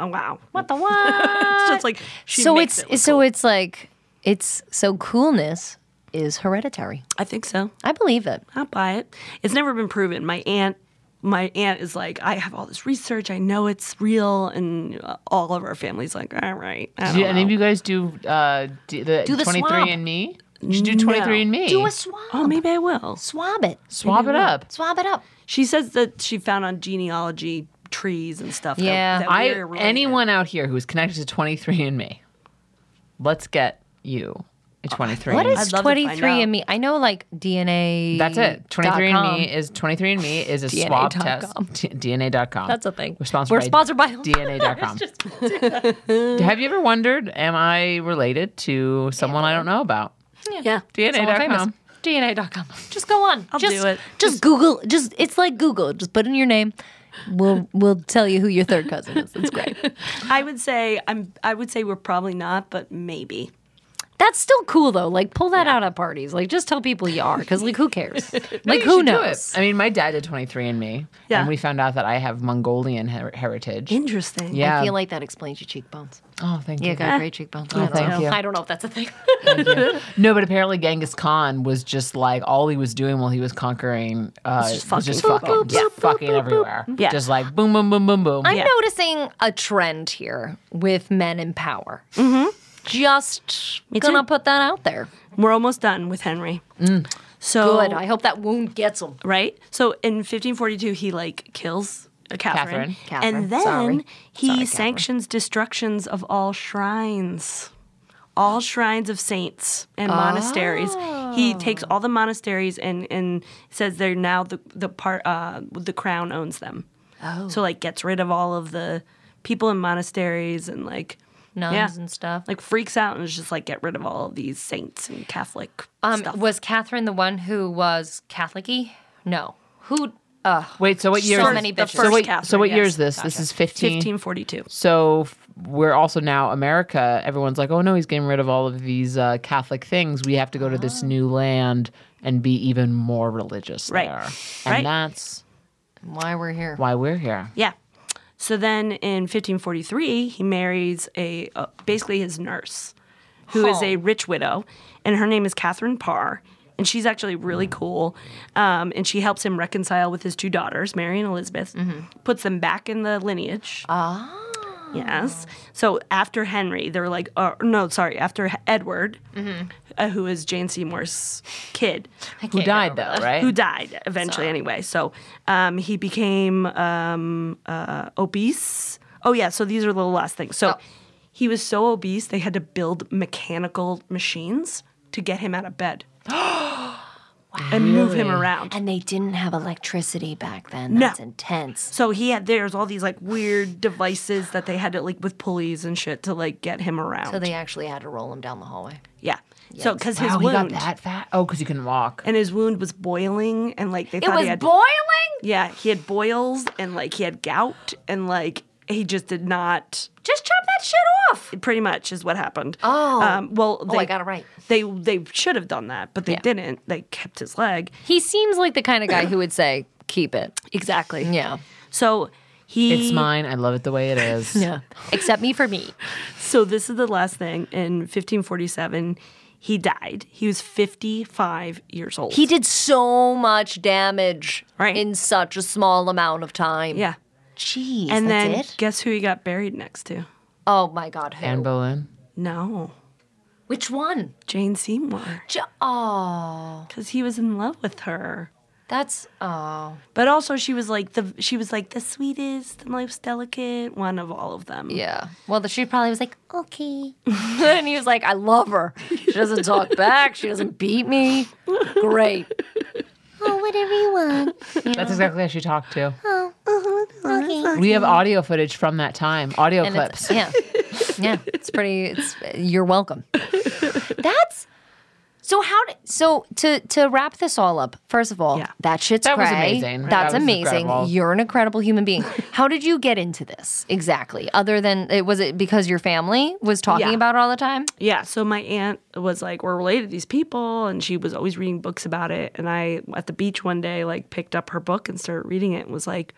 F: oh wow.
A: what the what?
F: It's just like she
A: so
F: makes
A: it's
F: it look
A: so
F: cool.
A: it's like it's so coolness is hereditary.
F: I think so.
A: I believe it.
F: I'll buy it. It's never been proven. My aunt, my aunt is like, I have all this research. I know it's real, and uh, all of our family's like, all right. I
B: Do
F: don't
B: any
F: know."
B: of you guys do uh, do the
A: Do the swab.
B: 23 and me? You should do 23 and me.
A: Do a swab.
F: Oh, maybe I will.
A: swab it.
B: Swab it up.
A: Um, Swab it up.
F: She says that she found on genealogy trees and stuff. that-
A: Yeah.
F: that
B: I
F: we're related.
B: anyone out here who's connected to 23 and me, let's get you a 23.
A: Uh, What
B: and Me.
A: is
F: I'd love to find
A: 23
F: out.
A: and me? I know like DNA.
B: That's it. 23 and
A: dot
B: me
A: com.
B: is 23 and me is a
A: DNA
B: swab
A: dot
B: test.
A: com.
B: D- DNA.com.
A: That's a thing.
B: We're sponsored
A: We're
B: by
A: sponsored by-
B: DNA.com. Have you ever wondered, am I related to someone I don't know about?
F: Yeah.
A: Someone famous.
B: DNA.com.
A: DNA.com. Just go on. I'll just,
F: do it.
A: Just, Google. Just it's like Google. Just put in your name. We'll we'll tell you who your third cousin is. It's great.
F: I would say I'm. I would say we're probably not, but maybe.
A: That's still cool though. Like pull that out at parties. Like just tell people you are, because like who cares? Like who
B: should do it.
A: knows?
B: I mean, my dad did 23 and me.
F: Yeah.
B: And we found out that I have Mongolian her- heritage.
F: Interesting.
B: yeah.
A: I feel like that explains your cheekbones.
B: oh, thank
A: Yeah,
B: you.
A: got great cheekbones. I don't
B: thank
A: know.
B: you.
A: I don't know if that's a thing.
B: No, but apparently Genghis Khan was just like all he was doing while he was conquering uh,
F: just
B: was just
F: fucking.
B: fucking,
F: Boop,
B: just fucking everywhere.
F: Yeah.
B: Just like boom, boom, boom, boom, boom.
A: I'm
F: Yeah.
A: noticing a trend here with men in power. Mm-hmm. Just gonna
F: too.
A: put that out there.
F: We're almost done with Henry. So
B: Oh.
A: Good. I hope that wound gets him.
F: right? So in 1542, he like kills uh, Catherine,
B: Catherine.
A: Catherine,
F: and then
A: sorry.
F: he
A: Sorry, Catherine.
F: sanctions destructions of all shrines, all shrines of saints and monasteries.
A: Oh.
F: He takes all the monasteries and and says they're now the the part uh, the crown owns them. Oh. so like gets rid of all of the people in monasteries and like.
A: Nuns
F: yeah,
A: and stuff.
F: Like freaks out and is just like get rid of all of these saints and Catholic
A: Um,
F: stuff.
A: was Catherine the one who was Catholic-y? No. Who? Uh,
B: Wait, so what year?
A: So
B: is
A: many
B: this?
A: bitches.
B: So what,
F: First
B: so what
F: Catherine,
B: year
F: yes.
B: is this? This is 15.
F: 1542.
B: So f- we're also now America. Everyone's like, oh no, he's getting rid of all of these uh, Catholic things. We have to go to
F: Ah.
B: this new land and be even more religious
F: Right.
B: there. And
F: Right.
B: that's
A: why we're here?
B: why we're here.
F: Yeah. So then in 1543, he marries a uh, basically his nurse, who is a rich widow, and her name is Catherine Parr. And she's actually really cool. Um, and she helps him reconcile with his two daughters, Mary and Elizabeth, puts them back in the lineage. Ah. Yes. So after Henry, they're like, uh, no, sorry, after H- Edward, uh, who is Jane Seymour's kid
B: Who died though, right?
F: who died eventually anyway. So um, he became um, uh, obese. Oh yeah, so these are the last things. So
A: Oh.
F: he was so obese they had to build mechanical machines to get him out of bed and move him around.
A: And they didn't have electricity back then.
F: No.
A: That's intense.
F: so he had there's all these like weird devices that they had to like with pulleys and shit to like get him around.
A: So they actually had to roll him down the hallway.
F: yeah. So because his
B: wow, Oh, he got
F: wound
B: that fat? Oh, because he couldn't walk.
F: and his wound was boiling and like they
A: It
F: thought
A: was
F: he had
A: boiling.
F: Yeah, he had boils and like he had gout and like he just did not.
A: Just chop that shit off.
F: Pretty much is what happened.
A: Oh.
F: um, well, they
A: I got it right.
F: They they should have done that, but they
A: Yeah.
F: didn't. They kept his leg.
A: He seems like the kind of guy who would say, "Keep it."
F: Exactly.
A: Yeah.
F: So he.
B: It's mine. I love it the way it is.
A: Yeah. Except me for me.
F: So this is the last thing in 1547. He died. He was 55 years old.
A: He did so much damage
F: Right.
A: in such a small amount of time.
F: Yeah.
A: Jeez.
F: And
A: that's
F: then
A: it?
F: guess who he got buried next to?
A: Oh my God. Who?
B: Anne Boleyn.
F: No,
A: Which one?
F: Jane Seymour,
A: J- oh,
F: because he was in love with her.
A: that's oh.
F: But also, she was like the she was like the sweetest, the most delicate one of all of them.
A: Yeah. Well, the she probably was like, okay. and he was like, I love her. She doesn't talk back. She doesn't beat me. Great. oh, whatever you want.
B: That's exactly how she talked to.
F: Oh, uh-huh,
B: We have audio footage from that time, audio
A: And
B: clips.
A: it's, yeah. Yeah. It's pretty, it's, you're welcome. That's So how? d- So to to wrap this all up, first of all,
F: Yeah.
A: that shit's
B: That was
A: cray.
B: amazing.
A: That's
B: That was
A: amazing.
B: incredible.
A: You're an incredible human being. how did you get into this exactly? Other than it was it because your family was talking
F: Yeah.
A: about it all the time?
F: Yeah, so my aunt was like, we're related to these people, and she was always reading books about it. And I, at the beach one day, like picked up her book and started reading it, and was like,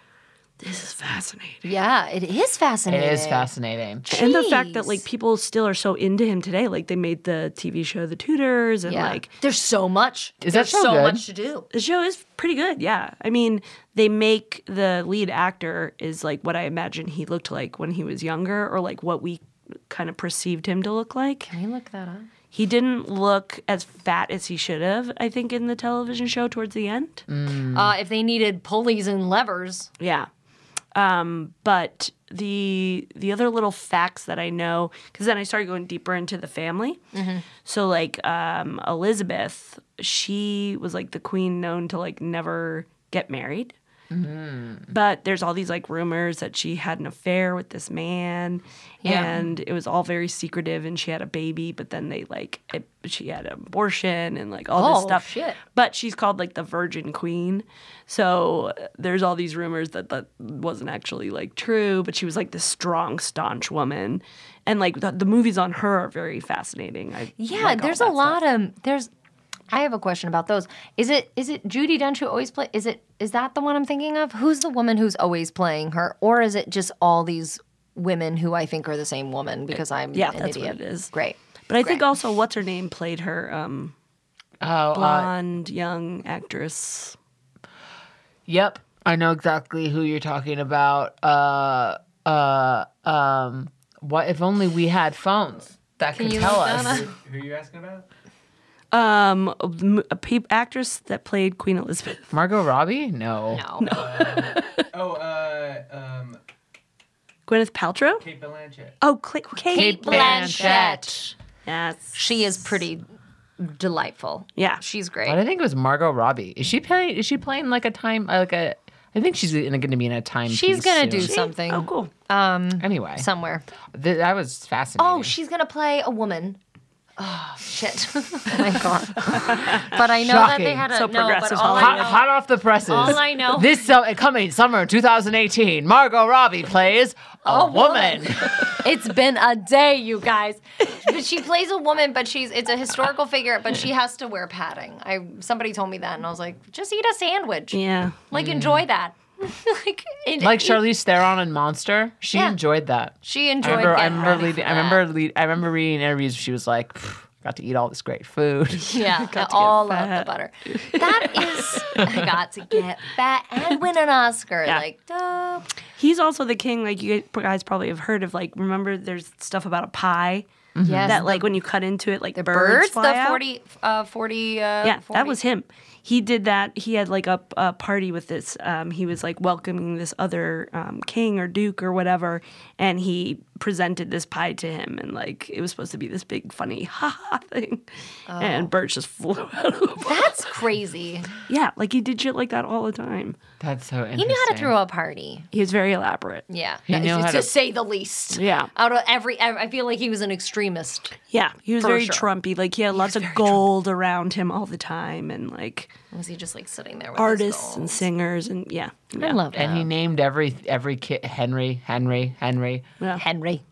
F: this is fascinating.
A: Yeah, it is
B: It
A: fascinating.
B: is fascinating.
F: And the fact that
A: Jeez.
F: like people still are so into him today, like they made the TV show The Tudors, and
A: Yeah.
F: like
A: there's so much.
B: Is that
A: there's
B: so
A: so
B: good?
A: much to do.
F: the show is pretty good. Yeah, I mean, they make the lead actor is like what I imagine he looked like when he was younger, or like what we kind of perceived him to look like.
A: Can we look that up?
F: he didn't look as fat as he should have, I think, in the television show towards the end.
A: Uh, if they needed pulleys and levers,
F: Yeah. Um, but the the other little facts that I know, because then I started going deeper into the family. So like um, Elizabeth, she was like the queen known to like never get married. But there's all these like rumors that she had an affair with this man,
A: Yeah.
F: and it was all very secretive. And she had a baby, but then they like it, she had an abortion and like all this
A: Oh,
F: stuff.
A: shit.
F: But she's called like the Virgin Queen. So uh, there's all these rumors that that wasn't actually like true, but she was like this strong, staunch woman. And like the, the movies on her are very fascinating. I
A: Yeah,
F: like all
A: there's a
F: that
A: lot
F: stuff.
A: of there's. I have a question about those. Is it is it Judy Dench who always play? Is it is that the one I'm thinking of? Who's the woman who's always playing her, or is it just all these women who I think are the same woman because I'm
F: yeah,
A: an
F: that's what
A: idiot?
F: it is.
A: Great.
F: But I think also what's her name played her um,
B: Oh, uh,
F: blonde young actress.
B: Yep. I know exactly who you're talking about. Uh uh um what if only we had phones that could
A: you
B: tell
A: look
B: us.
A: that
G: Who are you asking about?
F: Um, a m- a pe- actress that played Queen Elizabeth.
B: Margot Robbie? No.
A: No.
G: Oh, uh, um,
F: Gwyneth Paltrow.
G: Kate Blanchett.
F: Oh, Cla- Kate.
A: Kate Blanchett.
F: Yes.
A: She is pretty delightful.
F: Yeah.
A: She's
B: But I
A: great.
B: think it was Margot Robbie. Is she playing is she playing like a time like a I think she's going to be in a time
A: She's
B: piece
A: gonna do
B: soon.
A: something
F: Oh, cool.
B: Anyway.
A: somewhere.
B: th- that was fascinating.
A: Oh, she's gonna play a woman. Oh shit! oh my god! But I know that they
B: Shocking.
A: had a
F: So
A: no. But
F: progressive
A: all I
B: Hot,
A: know,
B: hot off the presses.
A: All I know-
B: This uh, coming summer 2018, Margot Robbie plays a, woman.
A: It's been a day, you guys. But she plays a woman, but she's it's a historical figure, but she has to wear padding. I somebody told me that, and I was like, just eat a sandwich.
F: Yeah.
A: Like enjoy that. like and
B: like
A: eat-
B: Charlize Theron in Monster, she
A: Yeah.
B: enjoyed that.
A: She
B: I
A: enjoyed.
B: remember, I
A: getting
B: remember,
A: ready
B: leading,
A: for
B: I
A: that.
B: remember, lead, I remember reading interviews. She was like, "Phew, "Got to eat all this great food."
A: Yeah, I all of the butter. That is, I got to get fat and win an Oscar.
F: Yeah.
A: Like, duh.
F: He's also the king. Like you guys probably have heard of. Like remember, there's stuff about a pie
A: Mm-hmm. Yes,
F: that like when you cut into it, like the birds,
A: birds,
F: fly
A: the
F: out.
A: 40, uh, 40, uh,
F: Yeah,
A: 40.
F: that was him. He did that. He had like a, a party with this. Um, he was like welcoming this other um, king or duke or whatever, and he presented this pie to him, and like it was supposed to be this big funny ha ha thing,
A: Oh.
F: and birds just flew out of the pie.
A: That's crazy.
F: Yeah, like he did shit like that all the time.
B: That's so interesting.
A: He knew how to throw a party.
F: He was very elaborate.
A: Yeah, Uh,
B: He
A: that-
B: knew
A: to,
B: how to-
A: say the least.
F: Yeah.
A: out of every, ev- I feel like he was an extremist.
F: Yeah, he was
A: For
F: very
A: sure.
F: Trumpy. Like he had lots of gold around him all the time, and like
A: Was he just like sitting there with his
F: artists and
A: gold?
F: singers, and yeah, yeah.
A: I love
B: And
A: him.
B: he named every every kid Henry, Henry, Henry,
A: Henry.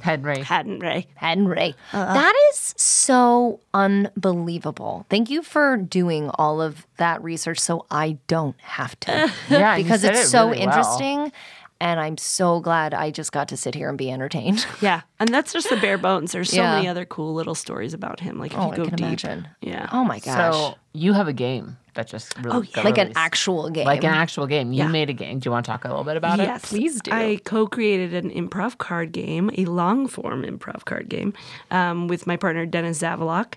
B: Henry.
F: hadn't Ray.
A: Henry.
F: Uh-uh.
A: That is so unbelievable. Thank you for doing all of that research so I don't have to.
B: Yeah, and you
A: because
B: said
A: it's
B: it
A: so
B: really well.
A: interesting. And I'm so glad I just got to sit here and be entertained.
F: Yeah, and that's just the bare bones. There's so
A: Yeah.
F: many other cool little stories about him. Like if
A: Oh,
F: you
A: I
F: go
A: can
F: deep,
A: imagine.
F: yeah.
A: Oh my gosh.
B: So you have a game that just really got
A: like an
B: released.
A: actual game.
B: like an actual game. You
F: Yeah.
B: made a game. Do you want to talk a little bit about
F: yes,
B: it?
A: Please do.
F: I co-created an improv card game, a long-form improv card game, um, with my partner Dennis Zavalok,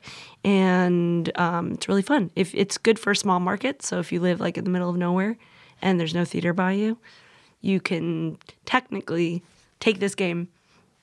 F: and um, it's really fun. If it's good for a small market, so if you live like in the middle of nowhere and there's no theater by you, you can technically take this game,